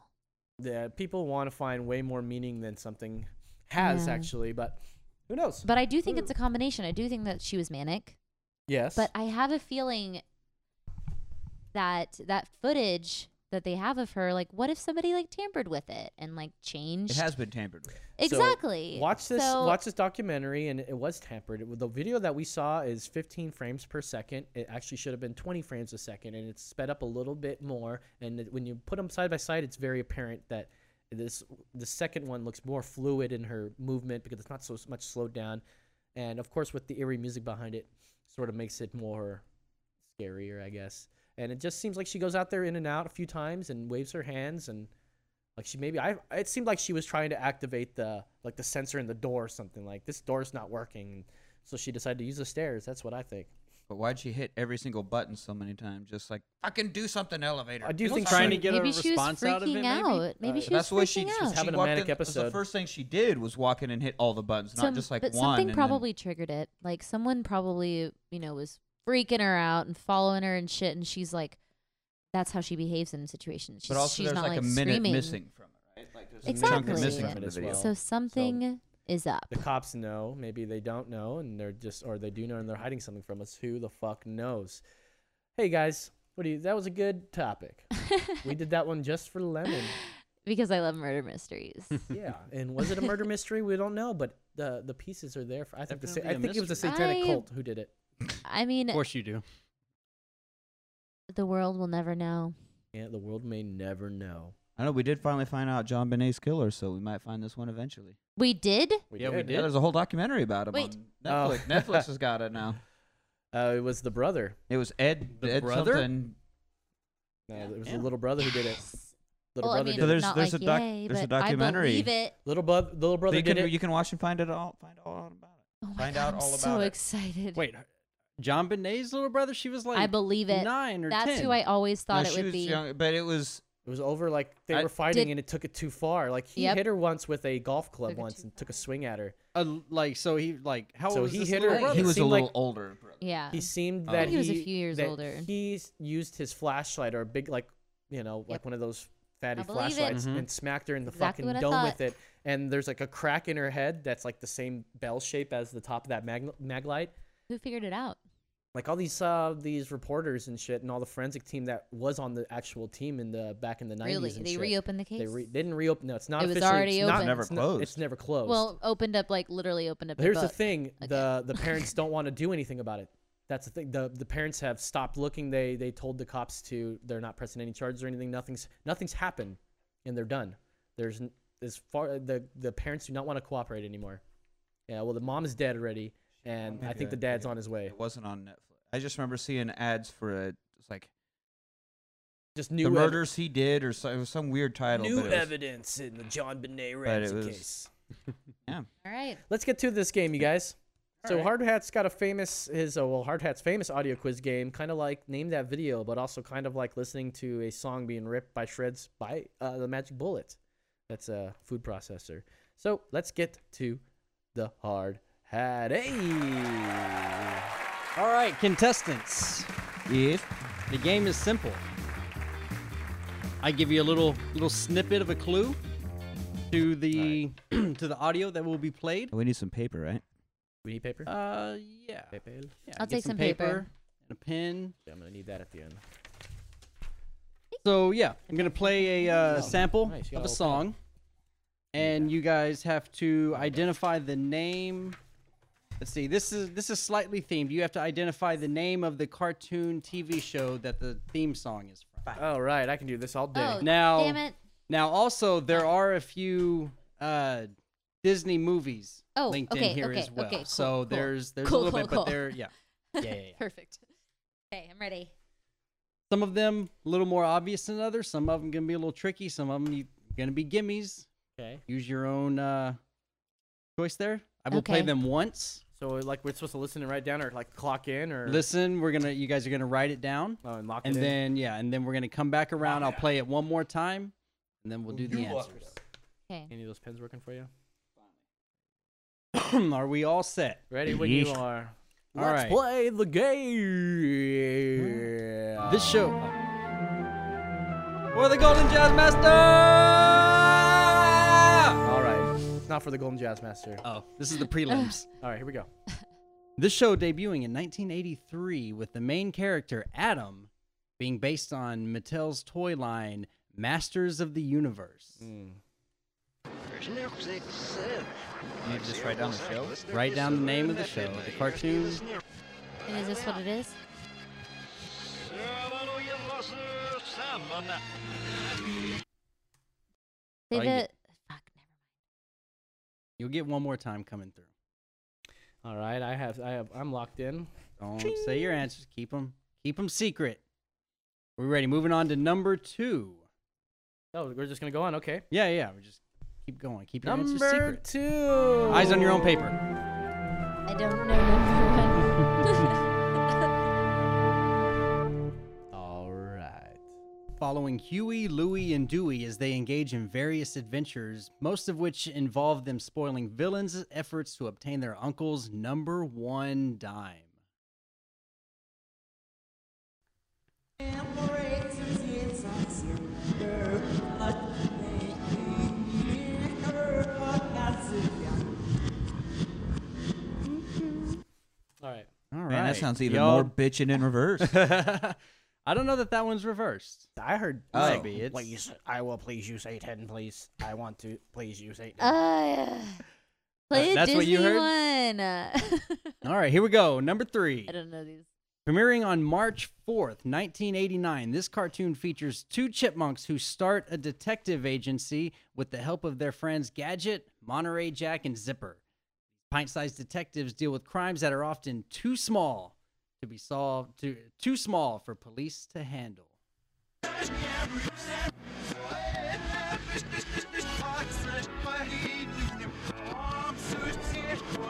S6: yeah, people want to find way more meaning than something has
S8: Yeah.
S6: actually, but who knows?
S8: But I do think it's a combination. I do think that she was manic,
S6: yes,
S8: but I have a feeling that that footage that they have of her like what if somebody like tampered with it and like changed
S4: It has been tampered with.
S6: So,
S8: exactly
S6: watch this.
S8: So-
S6: watch this documentary, and it was tampered. It- the video that we saw is 15 frames per second. It actually should have been 20 frames a second, and it's sped up a little bit more. And it- when you put them side by side, it's very apparent that this the second one looks more fluid in her movement because it's not so s- much slowed down. And of course, with the eerie music behind it, sort of makes it more scarier, I guess. And it just seems like she goes out there in and out a few times and waves her hands and like she maybe I it seemed like she was trying to activate the like the sensor in the door or something like this door's not working. So she decided to use the stairs. That's what I think.
S4: But why'd she hit every single button so many times? Just like fucking do something elevator.
S6: I do
S4: Don't
S6: think
S4: try
S6: she-
S4: to get a
S8: Maybe she was
S4: response out of it,
S8: freaking
S4: maybe?
S8: out. Maybe
S4: Uh,
S8: she
S4: that's
S8: was
S4: why she,
S8: freaking
S4: she
S8: out.
S4: she
S6: having a
S4: walked
S6: manic
S4: in, that's
S6: episode.
S4: The first thing she did was walk in and hit all the buttons, not
S8: Some-
S4: just like
S8: but
S4: one.
S8: something
S4: and then-
S8: probably triggered it. Like someone probably, you know, was freaking her out and following her and shit. And she's like, that's how she behaves in situations. She's,
S4: but also
S8: she's
S4: there's
S8: not
S4: like,
S8: like,
S4: a minute
S8: screaming.
S4: missing from it, right? Like there's a
S8: Exactly.
S4: chunk missing from the
S6: As
S4: video.
S6: well.
S8: So something is up.
S6: The cops know, maybe they don't know and they're just or they do know and they're hiding something from us. Who the fuck knows? Hey guys, what do you that was a good topic. we did that one just for Lemon.
S8: Because I love murder mysteries.
S4: Hmm.
S6: Yeah, and was it a murder mystery? We don't know, but the the pieces are there. For, I think the, sa- I
S1: Definitely a
S6: think it was a
S1: mystery.
S6: satanic
S8: I-
S6: cult who did it.
S8: I mean,
S1: Of course you do.
S8: the world will never know.
S6: Yeah, the world may never know.
S4: I know we did finally find out John Benet's killer, so we might find this one eventually.
S8: We did?
S1: Yeah, we
S4: Yeah,
S1: did.
S4: there's a whole documentary about him.
S8: Wait.
S4: on
S6: Oh.
S4: Netflix. Netflix has got it now.
S6: Uh, it was the brother.
S4: It was Ed.
S1: The
S4: Ed
S1: brother?
S4: something.
S6: No, it was
S1: Yeah.
S6: the little brother who did it. Little
S8: Well, I
S6: brother
S8: mean,
S6: did it.
S4: there's-
S8: not
S4: there's a
S8: like
S4: doc-
S8: yay,
S4: there's a
S8: but
S4: documentary.
S8: I believe it.
S6: Little bu- the little brother
S4: you
S6: did
S4: can
S6: it.
S4: you can watch and find it all. Find all about it.
S8: Oh my
S4: Find
S8: God,
S4: out
S8: I'm
S4: all
S8: so
S4: about it.
S8: excited.
S1: Wait, her- John Benet's little brother? She was like
S8: I believe it.
S1: nine or
S8: That's
S1: 10.
S8: who I always thought
S4: No,
S8: it
S4: she
S8: would
S4: was
S8: be.
S4: young, but it was
S6: It was over like they
S4: I-
S6: were fighting
S8: Did-
S6: and it took it too far. Like he
S8: Yep.
S6: hit her once with a golf club
S8: Took it
S6: once
S8: too
S6: and took a swing at her.
S1: Uh, like, so he, like, how
S6: So
S1: old was
S6: he
S1: this
S6: hit
S1: little
S6: her-
S1: brother?
S4: he
S6: It
S4: was a
S6: seemed
S4: little
S6: like-
S4: older. brother.
S8: Yeah.
S6: He seemed
S4: I
S6: that
S8: think he was a few years
S6: that
S8: older.
S6: He s- used his flashlight or a big like you know like
S8: Yep.
S6: one of those fatty
S8: I believe it.
S6: flashlights
S1: Mhm.
S6: and smacked her in the
S8: Exactly what
S6: fucking
S8: I
S6: dome
S8: thought.
S6: with it. And there's like a crack in her head that's like the same bell shape as the top of that mag, mag light.
S8: Who figured it out?
S6: like all these uh these reporters and shit and all the forensic team that was on the actual team in the back in the 90s
S8: Really?
S6: and
S8: They
S6: shit.
S8: reopened the case?
S6: they re- didn't reopen no it's not
S8: It was
S6: officially,
S8: already
S6: it's not,
S8: open. Never
S6: it's not-
S4: closed.
S6: it's never closed
S8: Well, opened up, like literally opened up.
S6: But here's
S8: the
S6: the
S8: book.
S6: thing the
S8: again.
S6: the parents don't want to do anything about it that's the thing the the parents have stopped looking they they told the cops to they're not pressing any charges or anything nothing's nothing's happened and they're done there's n- as far the the parents do not want to cooperate anymore yeah well the mom is dead already and i
S4: Maybe
S6: think the
S4: I-
S6: dad's
S4: yeah.
S6: on his way
S4: It wasn't on Netflix. I just remember seeing ads for a it's like
S6: just new
S4: the
S6: ev-
S4: murders he did or so, it was some weird title.
S6: New
S4: but it was-
S6: evidence in the John Benet
S4: but it
S6: Ramsey
S4: was-
S6: case.
S8: All right.
S6: Let's get to this game, you guys. so
S1: Alright.
S6: Hard Hat's got a famous his oh, well Hard Hat's famous audio quiz game, kind of like name that video, but also kind of like listening to a song being ripped by shreds by uh, the Magic Bullet. That's a food processor. So let's get to the Hard Hat. Hey,
S1: All right, contestants.
S4: Yes.
S1: The game is simple. I give you a little little snippet of a clue to the to the audio that will be played.
S4: oh, We need some paper, right?
S6: we need paper.
S1: Uh, yeah.
S6: paper.
S1: yeah
S8: I'll
S1: get
S8: take some paper.
S1: and a pen.
S6: Yeah, I'm gonna need that at the end.
S1: So yeah, I'm gonna play a uh,
S6: Oh,
S1: sample
S6: nice, you
S1: of
S6: got a
S1: a
S6: little
S1: song, and you guys have to identify the name. Let's see. This is this is slightly themed. You have to identify the name of the cartoon TV show that the theme song is from.
S6: All right, I can do this all day.
S8: Oh,
S1: Now-
S8: damn it.
S1: Now, also there are a few uh, Disney movies
S8: Oh,
S1: linked
S8: okay,
S1: in here
S8: okay,
S1: as well.
S8: okay, cool,
S1: so
S8: cool.
S1: there's there's
S8: Cool,
S1: a little
S8: cool,
S1: bit,
S8: cool.
S1: but there yeah. Yeah, yeah, yeah.
S8: Perfect. Okay, I'm ready.
S1: Some of them a little more obvious than others. Some of them gonna be a little tricky. Some of them you, gonna be gimmies.
S6: Okay.
S1: Use your own uh, choice there. I will play
S8: Okay.
S1: them once.
S6: So like we're supposed to listen and write down, or like clock in, or
S1: Listen, we're gonna you guys are gonna write it down,
S6: Oh, and lock
S1: and
S6: it in.
S1: then yeah, and then we're gonna come back around. I'll play it one more time, and then we'll do the answers.
S8: Okay.
S6: Any of those pens working for you?
S1: are we all set?
S6: Ready when you are.
S1: All
S6: Let's
S1: right.
S6: play the game.
S1: This show. For the Golden Jazz Master!
S6: All right. It's not for the Golden Jazz Master.
S1: Oh, this is the prelims.
S6: All right, here we go.
S1: this show debuting in 1983 with the main character, Adam, being based on Mattel's toy line Masters of the Universe.
S4: Mm,
S6: Hmm.
S4: You just write down the show?
S1: Write down the name of the show, the cartoon.
S8: And is this what it is?
S1: Oh,
S8: Save
S1: yeah.
S8: it.
S1: You'll get one more time coming through.
S6: All right, I have, I have, I'm locked in.
S1: Don't say your answers. Keep them, keep them secret. We're ready. Moving on to number two.
S6: Oh, we're just gonna go on. Okay.
S1: Yeah, yeah. We just keep going. Keep your answers
S6: Number
S1: secret.
S6: two.
S1: Eyes on your own paper.
S8: I don't know number one.
S1: All right. Following Huey, Louie, and Dewey as they engage in various adventures, most of which involve them spoiling villains' efforts to obtain their uncle's number one dime.
S6: All right.
S1: All right.
S4: Man, that sounds even
S1: Y'all-
S4: more bitching in reverse.
S1: I don't know that that one's reversed.
S6: I heard.
S4: Oh.
S6: like,
S1: Maybe it's-
S6: Please, I will please you say ten, please. I want to please you say ten.
S8: Uh, play
S1: Uh,
S8: a
S1: that's
S8: Disney
S1: what you heard?
S8: one. Uh,
S1: All right, here we go. Number three.
S8: I don't know these.
S1: Premiering on March 4th, 1989, this cartoon features two chipmunks who start a detective agency with the help of their friends Gadget, Monterey Jack, and Zipper. Pint sized detectives deal with crimes that are often too small to be solved, too, too small for police to handle.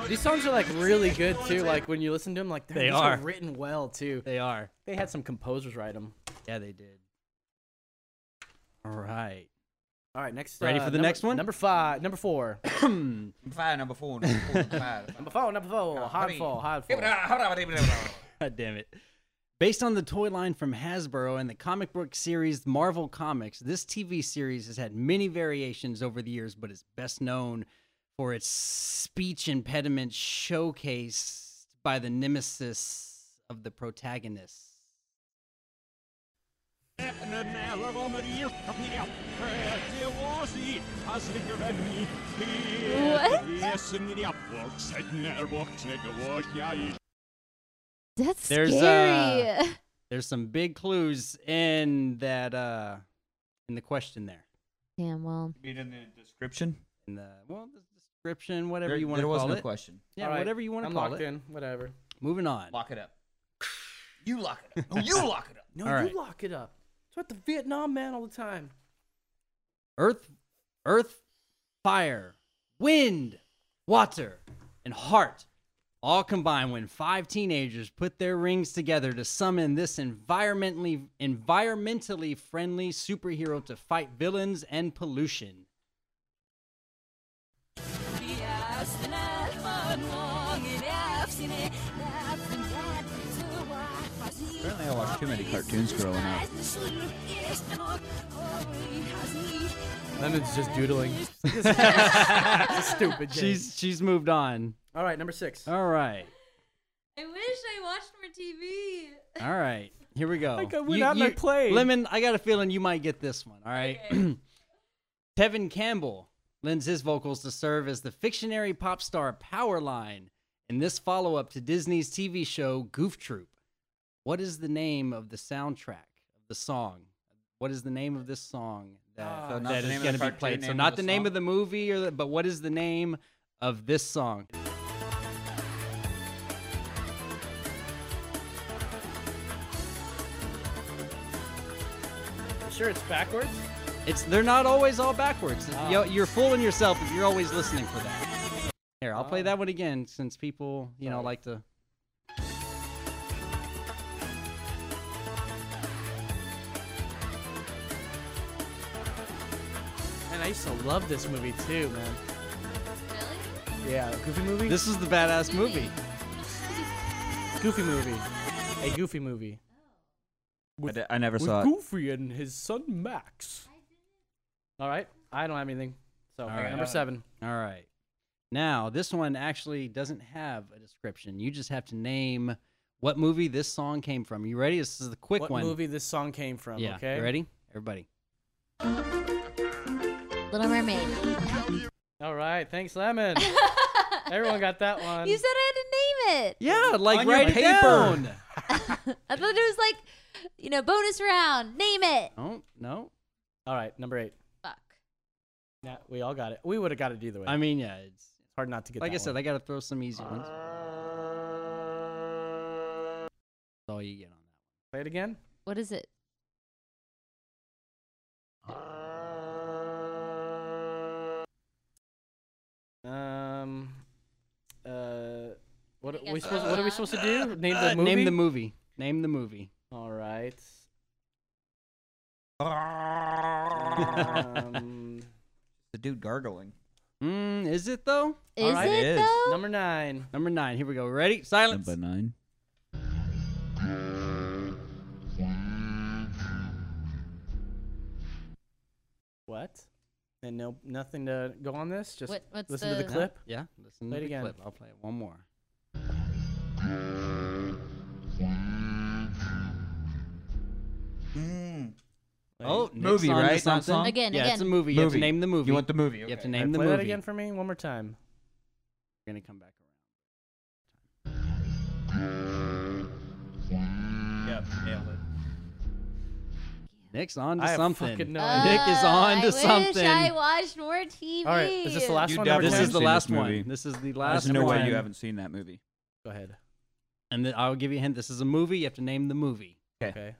S6: These songs are like really good too. Like when you listen to them, like damn,
S1: They
S6: these
S1: are.
S6: written well too.
S1: They are.
S6: They had some composers write them.
S1: Yeah, they did. All right.
S6: All right, next.
S1: Ready
S6: uh,
S1: for the
S6: number-
S1: neve one?
S6: Number five, number four,
S4: Five, number four, number four, number five.
S6: number four, number four. Hard
S4: hurry.
S6: four, hard four.
S1: God damn it. Based on the toy line from Hasbro and the comic book series Marvel Comics, this TV series has had many variations over the years, but is best known for its speech impediment showcased by the nemesis of the protagonist.
S8: That's
S1: There's,
S8: scary.
S1: uh, There's some big clues in that uh in the question there.
S8: Damn. Well,
S4: in the description?
S1: In the well the description, whatever
S4: There-
S1: you want to
S4: there was
S1: call
S4: no
S1: it.
S4: question.
S1: Yeah,
S6: All right,
S1: whatever you want
S6: I'm
S1: to call
S6: locked
S1: it.
S6: in. Whatever.
S1: Moving on.
S4: Lock it up. You lock it up. No, you lock it up.
S6: No,
S1: All
S6: you
S1: right.
S6: lock it up. It's what the Vietnam man all the time.
S1: Earth, earth, fire, wind, water, and heart all combine when five teenagers put their rings together to summon this environmentally environmentally friendly superhero to fight villains and pollution.
S4: Apparently, I watched too many cartoons growing up.
S6: Lemon's just doodling. stupid.
S1: She's she's moved on.
S6: All right, number six.
S1: All right.
S8: I wish I watched more TV.
S1: All right, here we go.
S6: Like I went out and I played.
S1: Lemon, I got a feeling you might get this one. All right. Tevin Campbell lends his vocals to serve as the fictionary pop star Powerline in this follow up to Disney's TV show Goof Troop. What is the name of the soundtrack of the song? What is the name of this song that,
S4: So not
S1: Ah, that
S4: the
S1: is
S4: name of
S1: going
S4: the
S1: to be
S4: cartoon,
S1: played? So
S4: name of the
S1: not the name
S4: song?
S1: of the movie, or the, but what is the name of this song?
S6: sure it's backwards.
S1: It's they're not always all backwards.
S4: Ah.
S1: Yo- You're fooling yourself if you're always listening for that. Here, I'll
S4: Ah.
S1: play that one again since people, you know, like to.
S6: Man, I used to love this movie too, man. Yeah, Goofy movie.
S1: This is the badass movie.
S6: Goofy movie. A Goofy movie.
S4: I, d- I never
S6: With
S4: saw it.
S6: Goofy and his son Max. All right, I don't have anything. So
S1: right.
S6: number seven.
S1: All right. Now, this one actually doesn't have a description. You just have to name what movie this song came from. You ready? This is the quick
S6: what
S1: one.
S6: movie this song came from?
S1: yeah.
S6: Okay.
S1: You ready? Everybody.
S8: Little Mermaid.
S6: All right. Thanks, Lemon. Everyone got that one.
S8: You said I had to name it.
S1: Yeah, like
S6: On your
S1: write it
S6: paper.
S1: down.
S8: I thought it was like, you know, bonus round. Name it.
S1: Oh no.
S6: All right, number eight.
S8: Fuck.
S6: Nah, we all got it. We would have got it either way.
S1: I mean, yeah, it's
S6: It's hard not to get
S1: like I
S6: that
S1: said,
S6: one.
S1: I gotta throw some easy
S6: Uh.
S1: ones. That's all you get on that.
S6: Play it again.
S8: What is it?
S6: Um, uh, what
S8: Make
S6: are we
S8: up
S6: supposed?
S8: a
S6: What are we supposed to do? Name the
S1: Uh,
S6: movie.
S1: Name the movie. Name the movie.
S6: All right.
S4: the
S6: Um,
S4: dude gargling.
S1: Mm, is it though?
S8: Is
S6: right,
S8: it,
S4: it is.
S8: though?
S6: number nine.
S1: Number nine. Here we go. Ready? Silence.
S4: nine.
S6: What? And no, nothing to go on this. Just
S8: What- what's
S6: listen to
S8: the-
S6: the clip.
S1: Yeah. Listen
S6: Play it
S1: to the
S6: again.
S1: clip. I'll play it one more. Oh,
S4: Mm.
S1: Nick's
S4: Movie,
S1: on to
S4: right? Not
S1: something.
S4: song?
S8: Again,
S1: yeah,
S8: again.
S1: it's a movie. You have to name the movie.
S4: You want the movie?
S1: You have to
S4: okay.
S1: name the
S6: play
S1: movie.
S6: that again for me one more time.
S1: We're gonna come back around.
S3: Yep, nailed it.
S1: Nick's on to
S6: I have
S1: something.
S6: fucking no
S1: Nick
S6: idea.
S1: is
S8: Uh,
S1: on
S8: I
S1: to
S8: wish
S1: something.
S8: I watched more TV.
S6: All right, is this the last
S4: You
S6: one? number
S1: this
S4: definitely-
S6: 10?
S1: is the
S4: seen
S1: last
S4: this
S1: one.
S4: movie.
S1: This is the
S4: There's
S1: last
S4: no
S1: one.
S4: way you haven't seen that movie.
S6: Go ahead.
S1: And then I'll give you a hint. This is a movie. You have to name the movie.
S6: Okay.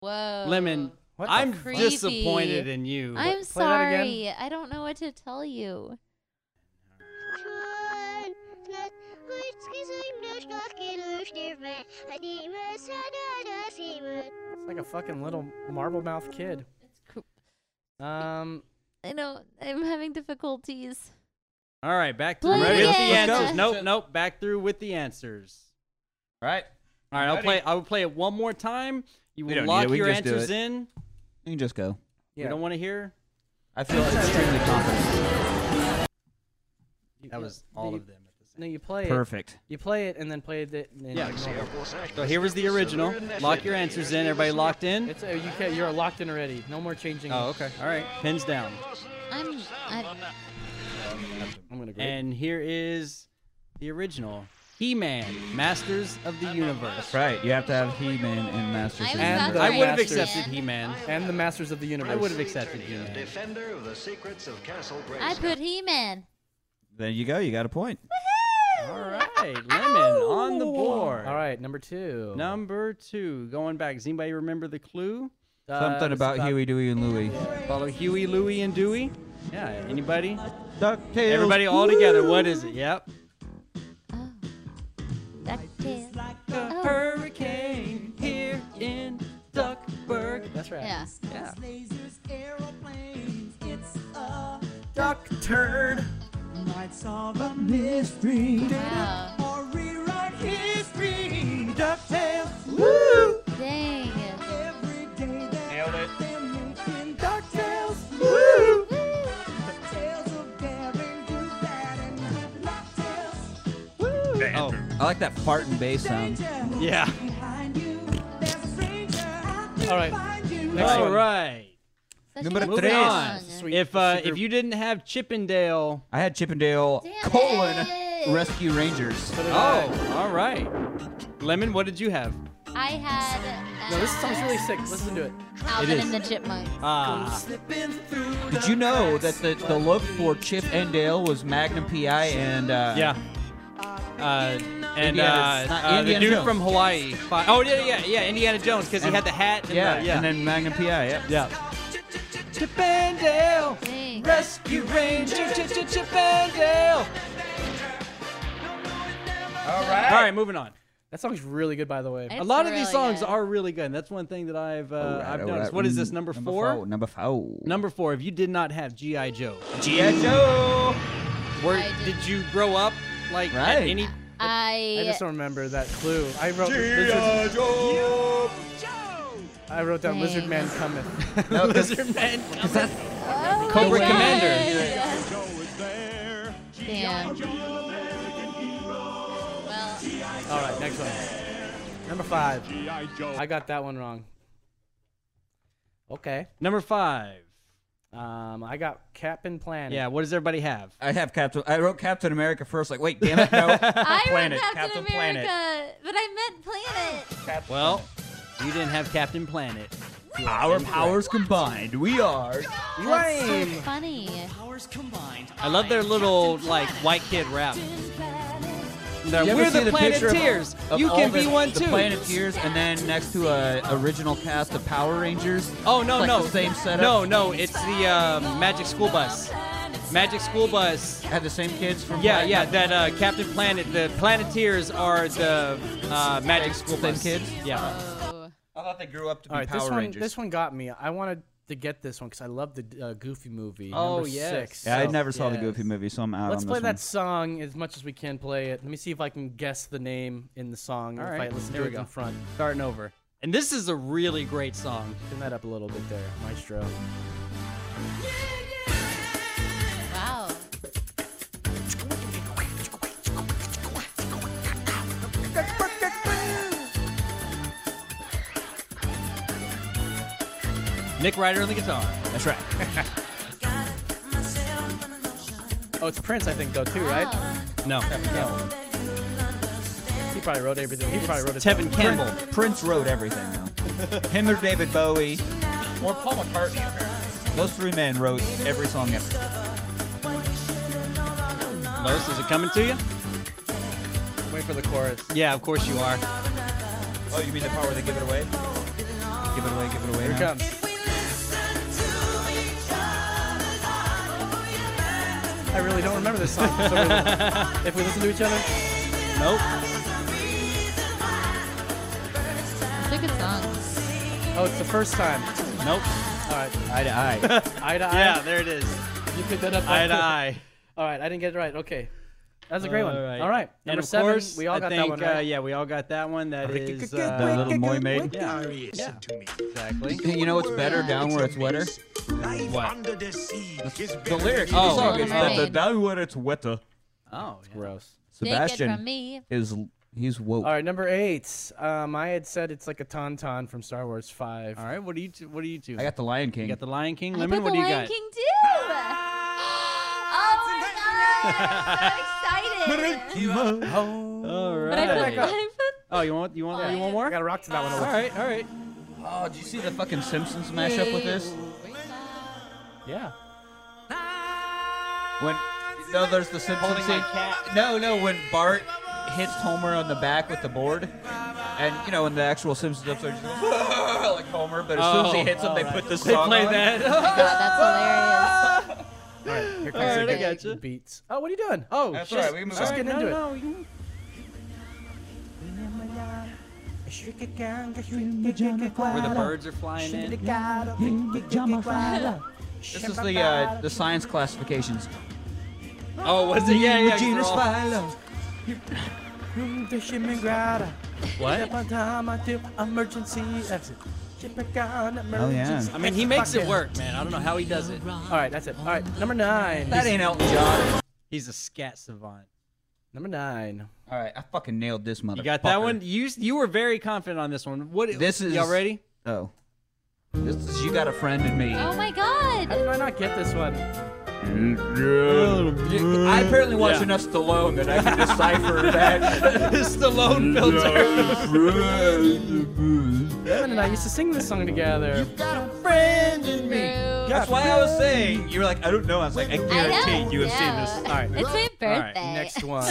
S8: Whoa.
S1: Lemon.
S6: What the
S1: I'm
S8: Uh, creepy.
S1: disappointed in you.
S8: I'm
S6: play that again?
S8: sorry. I don't know what to tell you.
S6: It's like a fucking little marble mouth kid.
S8: It's cr-
S6: Um,
S8: I know I'm having difficulties.
S1: All right, back
S8: Play
S1: through
S8: it
S1: with the
S8: again. Let's
S1: answers.
S8: go.
S1: Nope, nope. Back through with the answers.
S4: All right.
S1: All right, I'll
S4: Ready?
S1: play. I will play it one more time. You
S4: We
S1: will
S4: don't need
S1: lock
S4: it. We
S1: your
S4: can just do
S1: answers
S4: it.
S1: in.
S4: You can just go.
S1: We
S6: yeah.
S1: don't want to hear.
S4: I feel extremely confident.
S1: That was all of them. At the same.
S6: No, you play it.
S4: Perfect.
S6: You play it and then play it. And
S1: Yeah. So here was the original. Lock your answers in. Everybody locked in.
S6: It's uh, you ca you're locked in already. No more changing.
S1: Oh, okay. All right. Pins down.
S8: I'm. I,
S6: I'm gonna go.
S1: And here is the original. He-Man, Masters of the Universe.
S4: Right. You have to have He-Man and Master.
S8: I was
S4: System.
S8: about
S6: And
S8: to
S6: the
S1: I would have
S6: Masters.
S1: accepted He-Man.
S6: and the Masters of the Universe.
S1: I would have accepted He-Man.
S3: Defender of the secrets of Castle Grayskull.
S8: I put He-Man.
S4: There you go. You got a point.
S1: All right, Lemon on the board.
S6: All right, number two.
S1: Number two, going back. Does anybody remember the clue?
S6: Uh,
S4: Something
S6: it's
S4: about, Huey, Dewey, and Louie.
S1: Follow Huey, Louie, and Dewey. Yeah. Anybody?
S4: DuckTales.
S1: Everybody all together. What is it? Yep.
S8: Oh. DuckTales.
S1: The
S8: Oh.
S1: hurricane here in Duckburg.
S6: That's right.
S8: Yeah.
S1: Yeah.
S6: Duck turd.
S8: Wow. Dang.
S3: Nailed it.
S1: Oh,
S4: I like that fart and bass sound.
S1: yeah.
S6: All right. Next
S1: All
S6: one.
S1: right.
S8: Such
S4: Number
S8: a good
S1: tres.
S8: song.
S6: Sweet.
S1: If uh,
S6: Super-
S1: if you didn't have Chippendale.
S4: I had Chippendale
S8: Damn
S4: colon
S8: it.
S4: Rescue Rangers.
S1: Oh, all right. Lemon, what did you have?
S8: I had. Uh,
S6: No, this song's really sick. Listen to it.
S8: Alvin
S1: is.
S8: and the Chipmunks.
S1: Ah,
S4: Did you know that the, the look for Chip and Dale was Magnum PI and uh,
S1: yeah. Uh, and uh,
S4: Indiana- not
S1: uh, the
S4: Indiana
S1: dude
S4: Jones.
S1: from Hawaii. Fi- Oh yeah, yeah, yeah. Indiana Jones, because he
S4: And-
S1: had the hat. And
S4: yeah,
S1: the, yeah.
S4: and then Magnum PI, yeah.
S1: yeah. Chippendale.
S8: Dang.
S1: Rescue Ranger Chippendale.
S4: All right.
S1: All right, moving on.
S6: That song's really good, by the way.
S1: A
S8: It's
S1: lot of these
S8: really
S1: songs
S8: good.
S1: are really good. And that's one thing that I've uh, I've noticed. What is this number, four?
S4: Mm, Number four.
S1: Number four. If you did not have GI Joe,
S4: GI Joe.
S1: where
S8: I did
S1: did, you grow up? Like at
S4: Right.
S1: any?
S8: I.
S6: I just don't remember that clue. I wrote this is, I wrote down Lizard Man
S8: Thanks.
S6: cometh.
S4: No, 'cause-
S6: Lizard Man cometh.
S8: oh,
S1: Cobra
S6: yeah.
S1: Commander.
S8: Damn.
S6: All right, next one. Number five. I got that one wrong. Okay.
S1: Number five.
S6: Um, I got Captain Planet.
S1: Yeah, what does everybody have?
S4: I have Captain. I wrote Captain America first. Like, wait, damn it, no.
S8: I
S4: Planet,
S8: wrote Captain,
S4: Captain
S8: America,
S4: Planet.
S8: but I meant planet.
S1: Well, you didn't have Captain Planet.
S4: Our powers combined, we are.
S8: That's so
S1: Lame.
S8: funny.
S12: Powers combined.
S1: I love their little like white kid rap. They're-
S4: You ever
S1: We're
S4: see
S1: the
S4: picture of-
S1: Planeteers.
S4: of
S1: You
S4: all
S1: can
S4: the-
S1: be one
S4: the
S1: too.
S4: Planeteers, and then next to a original cast of Power Rangers.
S1: Oh no
S4: It's like
S1: no.
S4: the same setup.
S1: No no, it's the um, Magic School Bus. Magic School Bus.
S4: Had the same kids from.
S1: Yeah
S4: Planet-
S1: yeah. That uh, Captain Planet. The Planeteers are the uh, Magic School Bus
S4: kids?
S1: Yeah.
S4: I thought they grew up to be
S6: All right,
S4: Power
S6: this one
S4: Rangers.
S6: this one got me. I wanted to get this one because I love the uh, Goofy movie.
S1: Oh,
S6: number
S1: yes.
S6: six.
S4: yeah, I
S6: So-
S4: never saw the
S1: yes.
S4: Goofy movie, so I'm out
S6: Let's
S4: on
S6: play
S4: this
S6: that song as much as we can. Play it. Let me see if I can guess the name in the song.
S1: All
S6: if
S1: right,
S6: I listen
S1: there
S6: to
S1: we
S6: it
S1: go.
S6: in front.
S1: Starting over. And this is a really great song.
S6: Turn that up a little bit there, Maestro.
S8: Wow.
S1: Nick Ryder on the guitar.
S4: That's right.
S6: Oh, it's Prince, I think, though, too, right?
S1: No.
S6: No.
S1: Oh.
S6: He probably wrote everything. He probably wrote it.
S1: Tevin
S6: down.
S1: Campbell.
S4: one. Prince wrote everything though. Him or David Bowie, or Paul McCartney. apparently. Those three men wrote every song ever.
S1: Los, is it coming to you?
S6: Wait for the chorus.
S1: Yeah, of course you are.
S4: Oh, you mean the part where they give it away? Give it away, give it away.
S6: Here it
S4: now.
S6: comes. I really don't remember this song. So we- if we listen to each other,
S1: Nope.
S8: It's a good song.
S6: oh, it's the first time.
S1: Nope.
S6: All right,
S4: Eye to eye.
S6: eye to eye.
S1: Yeah, there it is.
S6: You picked that up.
S1: Eye to eye.
S6: All right, I didn't get it right. Okay, that's a great one.
S1: All
S6: All
S1: right.
S6: right,
S1: and
S6: number
S1: of
S6: seven.
S1: course,
S6: we all
S1: I
S6: got
S1: think,
S6: that one right.
S1: uh, yeah, we all got that one. That is uh,
S4: the little Moy maid.
S1: yeah, yeah, exactly.
S4: You know what's better down where it's wetter?
S1: What?
S4: The lyrics.
S1: Oh.
S4: the song is that the
S8: Little Mermaid.
S4: down where it's wetter.
S1: Oh, yeah.
S6: Gross.
S8: Naked
S4: Sebastian
S8: from me.
S4: is he's woke.
S6: All right, number eight. Um, I had said it's like a tauntaun from Star Wars Five.
S1: All right, what do you two, what do you two?
S4: I got the Lion
S1: you
S4: King.
S1: got the Lion King.
S8: I
S1: Lemon,
S8: put
S1: what
S8: the
S1: do you
S8: Lion
S1: got?
S8: King too. oh my god! I'm so excited.
S1: All
S8: But I put,
S1: right.
S8: I put
S1: Oh, you want you want you want
S6: I
S1: more?
S6: gotta rock to that one.
S1: All right, all right.
S4: Oh, did you see the fucking Simpsons mashup with this?
S6: Yeah.
S4: When no, there's the Simpsons scene. No, no, when Bart hits Homer on the back with the board, and you know, in the actual Simpsons episode, he's just goes, like Homer, but as soon as he
S1: Oh.
S4: hits him, they put this
S1: They
S4: song
S1: play
S4: on.
S1: that.
S8: God, Oh, that's hilarious.
S6: All right, here comes
S1: All right,
S6: the
S1: I gotcha.
S6: beats. Oh, what are you doing? Oh,
S4: That's all
S6: just,
S4: right, we can move
S6: just
S4: on.
S6: getting into it.
S1: Where the birds are flying in.
S4: This is the uh, the science classifications.
S1: Oh, was it? Yeah, yeah. they're all-
S6: Oh,
S1: What?
S6: Emergency exit.
S4: Oh, yeah.
S1: I mean, he makes it work, man. I don't know how he does it.
S6: All right, that's it. All right, number nine.
S4: That ain't Elton John.
S1: He's a scat savant.
S6: number nine.
S4: All right, I fucking nailed this motherfucker.
S1: You got that one. You you were very confident on this one. What?
S4: This is-
S1: y'all ready?
S4: Oh, this is you got a friend in me.
S8: Oh my
S6: How
S8: god!
S6: did I not get this one?
S4: I apparently watch
S1: Yeah.
S4: enough Stallone that I can decipher that.
S1: Stallone filter.
S6: Evan and I used to sing this song together.
S8: True.
S4: That's why I was saying you were like, I don't know. I was like, I
S8: I know.
S4: guarantee you have
S8: yeah.
S4: seen this.
S6: All right,
S8: It's my
S1: right,
S8: birthday.
S6: next one.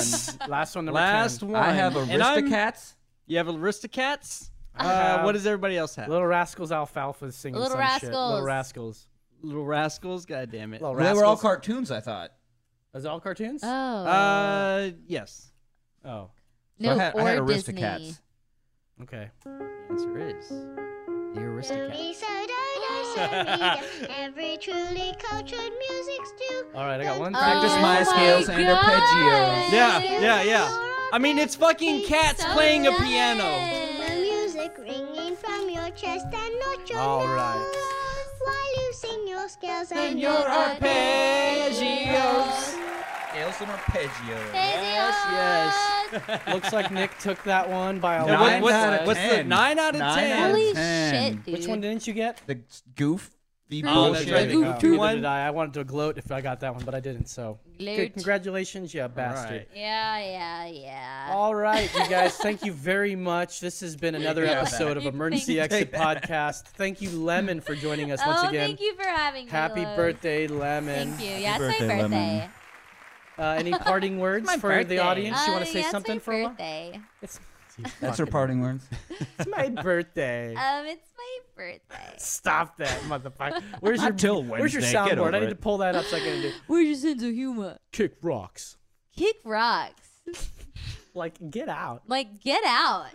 S6: Last one. Number
S1: Last
S6: 10.
S1: one.
S4: I have
S1: And I'm-
S4: Aristocats.
S1: You have Aristocats.
S6: I
S1: Uh,
S6: have-
S1: what does everybody else have? Little,
S6: Little Rascals Alfalfa singing
S8: Little
S6: some shit. Little
S8: Rascals.
S6: Rascals.
S1: Rascals. God damn it.
S6: Little
S4: They
S6: Rascals.
S4: were all cartoons, I thought.
S6: Is it all cartoons?
S8: Oh.
S1: Uh, yes.
S6: oh,
S8: no,
S4: I had,
S8: or
S4: I had
S8: Disney.
S4: Aristocats.
S6: okay.
S1: The answer is the Aristocats.
S13: Every truly cultured music's due.
S6: All right, I got one.
S8: Oh
S4: Practice
S6: second.
S4: my scales
S8: God.
S4: and arpeggios.
S1: Yeah, yeah, yeah. I mean, it's fucking cats
S8: So
S1: playing a
S8: nice.
S1: piano.
S13: The music music ringing from your chest and not your
S9: All
S13: nose.
S9: right.
S13: While you sing your scales and,
S9: And your arpeggios.
S4: Scales and arpeggios.
S6: Yes, yes. Looks like Nick took that one by a
S4: Now,
S6: lot.
S4: what- what's- Nine out of what's the- ten.
S6: nine out of
S4: Nine
S6: ten?
S4: out of Holy 10. shit,
S6: Which
S4: dude.
S6: one didn't you get?
S4: The goof. The
S6: Oh, that's
S4: bullshit.
S6: right.
S4: Goof
S6: Neither
S4: two.
S6: did I. I wanted to gloat if I got that one, but I didn't. So, Okay,
S8: Gloat.
S6: congratulations, you bastard.
S8: Yeah, yeah, yeah.
S6: All right, you guys, thank you very much. This has been another
S8: Yeah,
S6: episode
S8: back.
S6: of Emergency
S8: Thank-
S6: Exit Podcast. Thank you, Lemon, for joining us once
S8: oh,
S6: again.
S8: thank you for having me.
S6: Happy
S8: Lois.
S6: birthday, Lemon.
S8: Thank you. Yeah, it's my birthday.
S6: Uh, any parting words
S8: my
S6: for
S8: birthday.
S6: the audience? You want
S8: Uh,
S6: to say
S8: yeah, it's
S6: something
S8: my
S6: for a while?
S8: birthday.
S6: It's,
S4: That's her parting words.
S6: it's my birthday.
S8: Um, it's my birthday.
S6: Stop that, motherfucker. Where's your
S4: Not till
S6: Where's
S4: Wednesday,
S6: your
S4: get
S6: soundboard? I
S4: over
S6: need to
S4: it.
S6: pull that up so I can do
S8: Where's your sense of humor?
S6: kick rocks.
S8: Kick rocks.
S6: Like get out.
S8: Like, get out.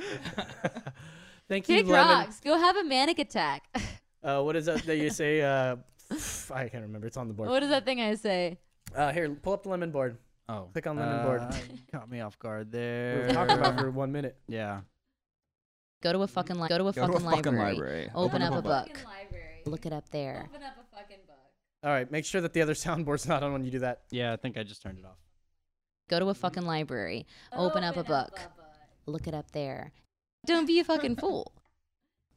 S6: Thank you,
S8: Kick
S6: Lemon.
S8: rocks. Go have a manic attack.
S6: Uh, what is that that you say? Uh, I can't remember. It's on the board.
S8: what is that thing I say?
S6: Uh, here, pull up the lemon board.
S1: Oh,
S6: click on lemon board.
S1: uh, Caught me off guard
S6: We
S1: there.
S6: were talking about it for one minute.
S1: Yeah.
S8: Go to a fucking li- go to
S1: Go
S8: a,
S1: to a
S8: fucking,
S1: fucking
S8: library.
S1: library.
S8: Open, up, a book.
S10: Fucking
S8: Look it up there.
S6: All right, make sure that the other soundboard's not on when you do that.
S1: Yeah, I think I just turned it off.
S8: Go to a fucking library. Mm-hmm. Open, up, a, book. Look it up there. Don't be a fucking fool.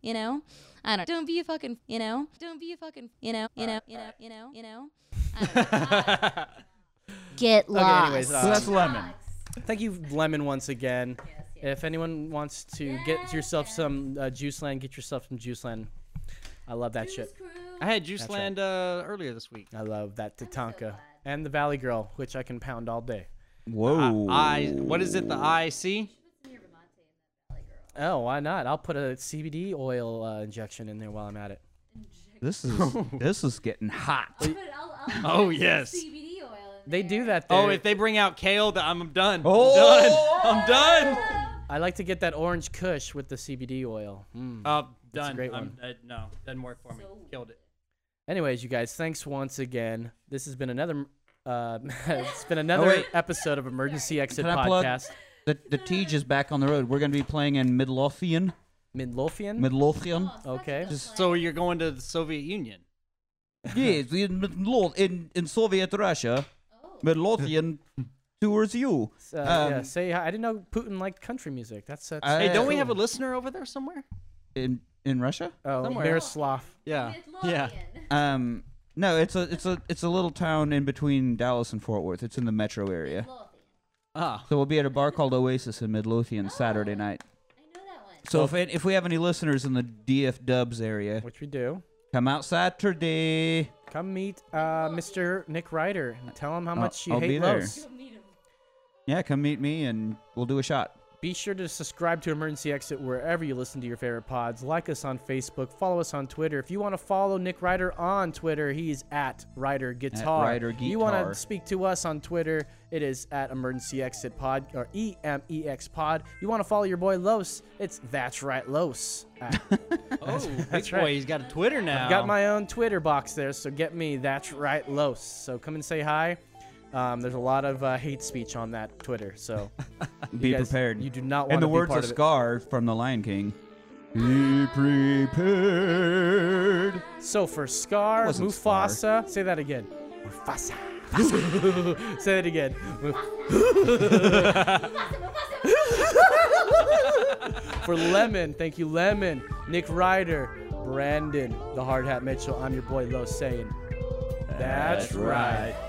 S8: You know? I don't don't be a fucking you know? Don't be a fucking you know, you know, you know, you know, you know. Get
S6: Okay, anyways,
S8: lost.
S6: uh,
S8: That's
S6: lemon. Thank you, lemon, once again. If anyone wants to get yourself some uh, Juice Land, get yourself some Juice Land. I love that shit.
S1: I had Juice
S6: That's right.
S1: Land uh, earlier this week.
S6: I love that Tatanka and the Valley Girl, which I can pound all day.
S4: Whoa.
S1: I what is it? The IC?
S6: Oh, why not? I'll put a CBD oil uh, injection in there while I'm at it.
S4: This is this is getting hot.
S1: Oh yes.
S6: They do that.
S1: Oh,
S6: there.
S1: if they bring out kale, th- I'm done.
S6: Oh!
S1: I'm done. I'm done.
S6: I like to get that orange Kush with the CBD oil. Mm.
S1: Uh,
S6: It's a
S1: done.
S6: great
S1: I'm,
S6: one.
S1: Uh, no, doesn't work for me. Killed it.
S6: Anyways, you guys, thanks once again. This has been another. Uh, it's been another
S4: Oh, wait.
S6: episode of Emergency Exit
S4: Can I plug-
S6: Podcast.
S4: The the Tej is back on the road. We're gonna be playing in Midlothian.
S6: Midlothian.
S4: Midlothian.
S6: Okay.
S1: So you're going to the Soviet Union?
S4: yes, in Midlo- in in Soviet Russia, Midlothian tours you.
S6: Uh, yeah,
S4: Um,
S6: say hi. I didn't know Putin liked country music. That's, that's
S4: I-
S1: hey, don't we have a
S4: cool.
S1: listener over there somewhere?
S4: in in Russia?
S6: oh,
S1: somewhere.
S6: Miroslav.
S1: Uh, Yeah. Yeah.
S4: Um, no, it's a it's a it's a little town in between Dallas and Fort Worth. It's in the metro area.
S1: Ah.
S4: So we'll be at a bar called Oasis in Midlothian Saturday night. So if it, if we have any listeners in the DF Dubs area,
S6: Which we do.
S4: come out Saturday.
S6: Come meet uh, Mr. Nick Ryder and tell him how
S4: I'll-
S6: much you
S4: I'll
S6: hate
S4: be there.
S6: Los.
S4: Yeah, come meet me and we'll do a shot.
S6: Be sure to subscribe to Emergency Exit wherever you listen to your favorite pods. Like us on Facebook. Follow us on Twitter. If you want to follow Nick Ryder on Twitter, he's at Ryder Guitar.
S4: Ryder
S6: You want to
S4: Guitar.
S6: speak to us on Twitter? It is at Emergency Exit Pod or E EMEX Pod. You want to follow your boy Los? It's That's Right Los. at-
S1: Oh, big
S6: That's
S1: boy,
S6: right.
S1: he's got a Twitter now.
S6: I've got
S4: Um.
S6: my own Twitter box there, so get me That's Right Los. So come and say hi. Um, there's a lot of uh, hate speech on that Twitter, so you
S4: Be
S6: guys-
S4: prepared.
S6: You do not want
S4: In the
S6: to
S4: words
S6: be part
S4: of
S6: of it.
S4: Scar from The Lion King, be prepared.
S6: So for Scar,
S4: Wasn't
S6: Mufasa, say that again. Mufasa. Mufasa. say that again. Muf- for Lemon, thank you, Lemon. Nick Ryder, Brandon, the Hard Hat Mitchell. I'm your boy Lo saying. That's, right.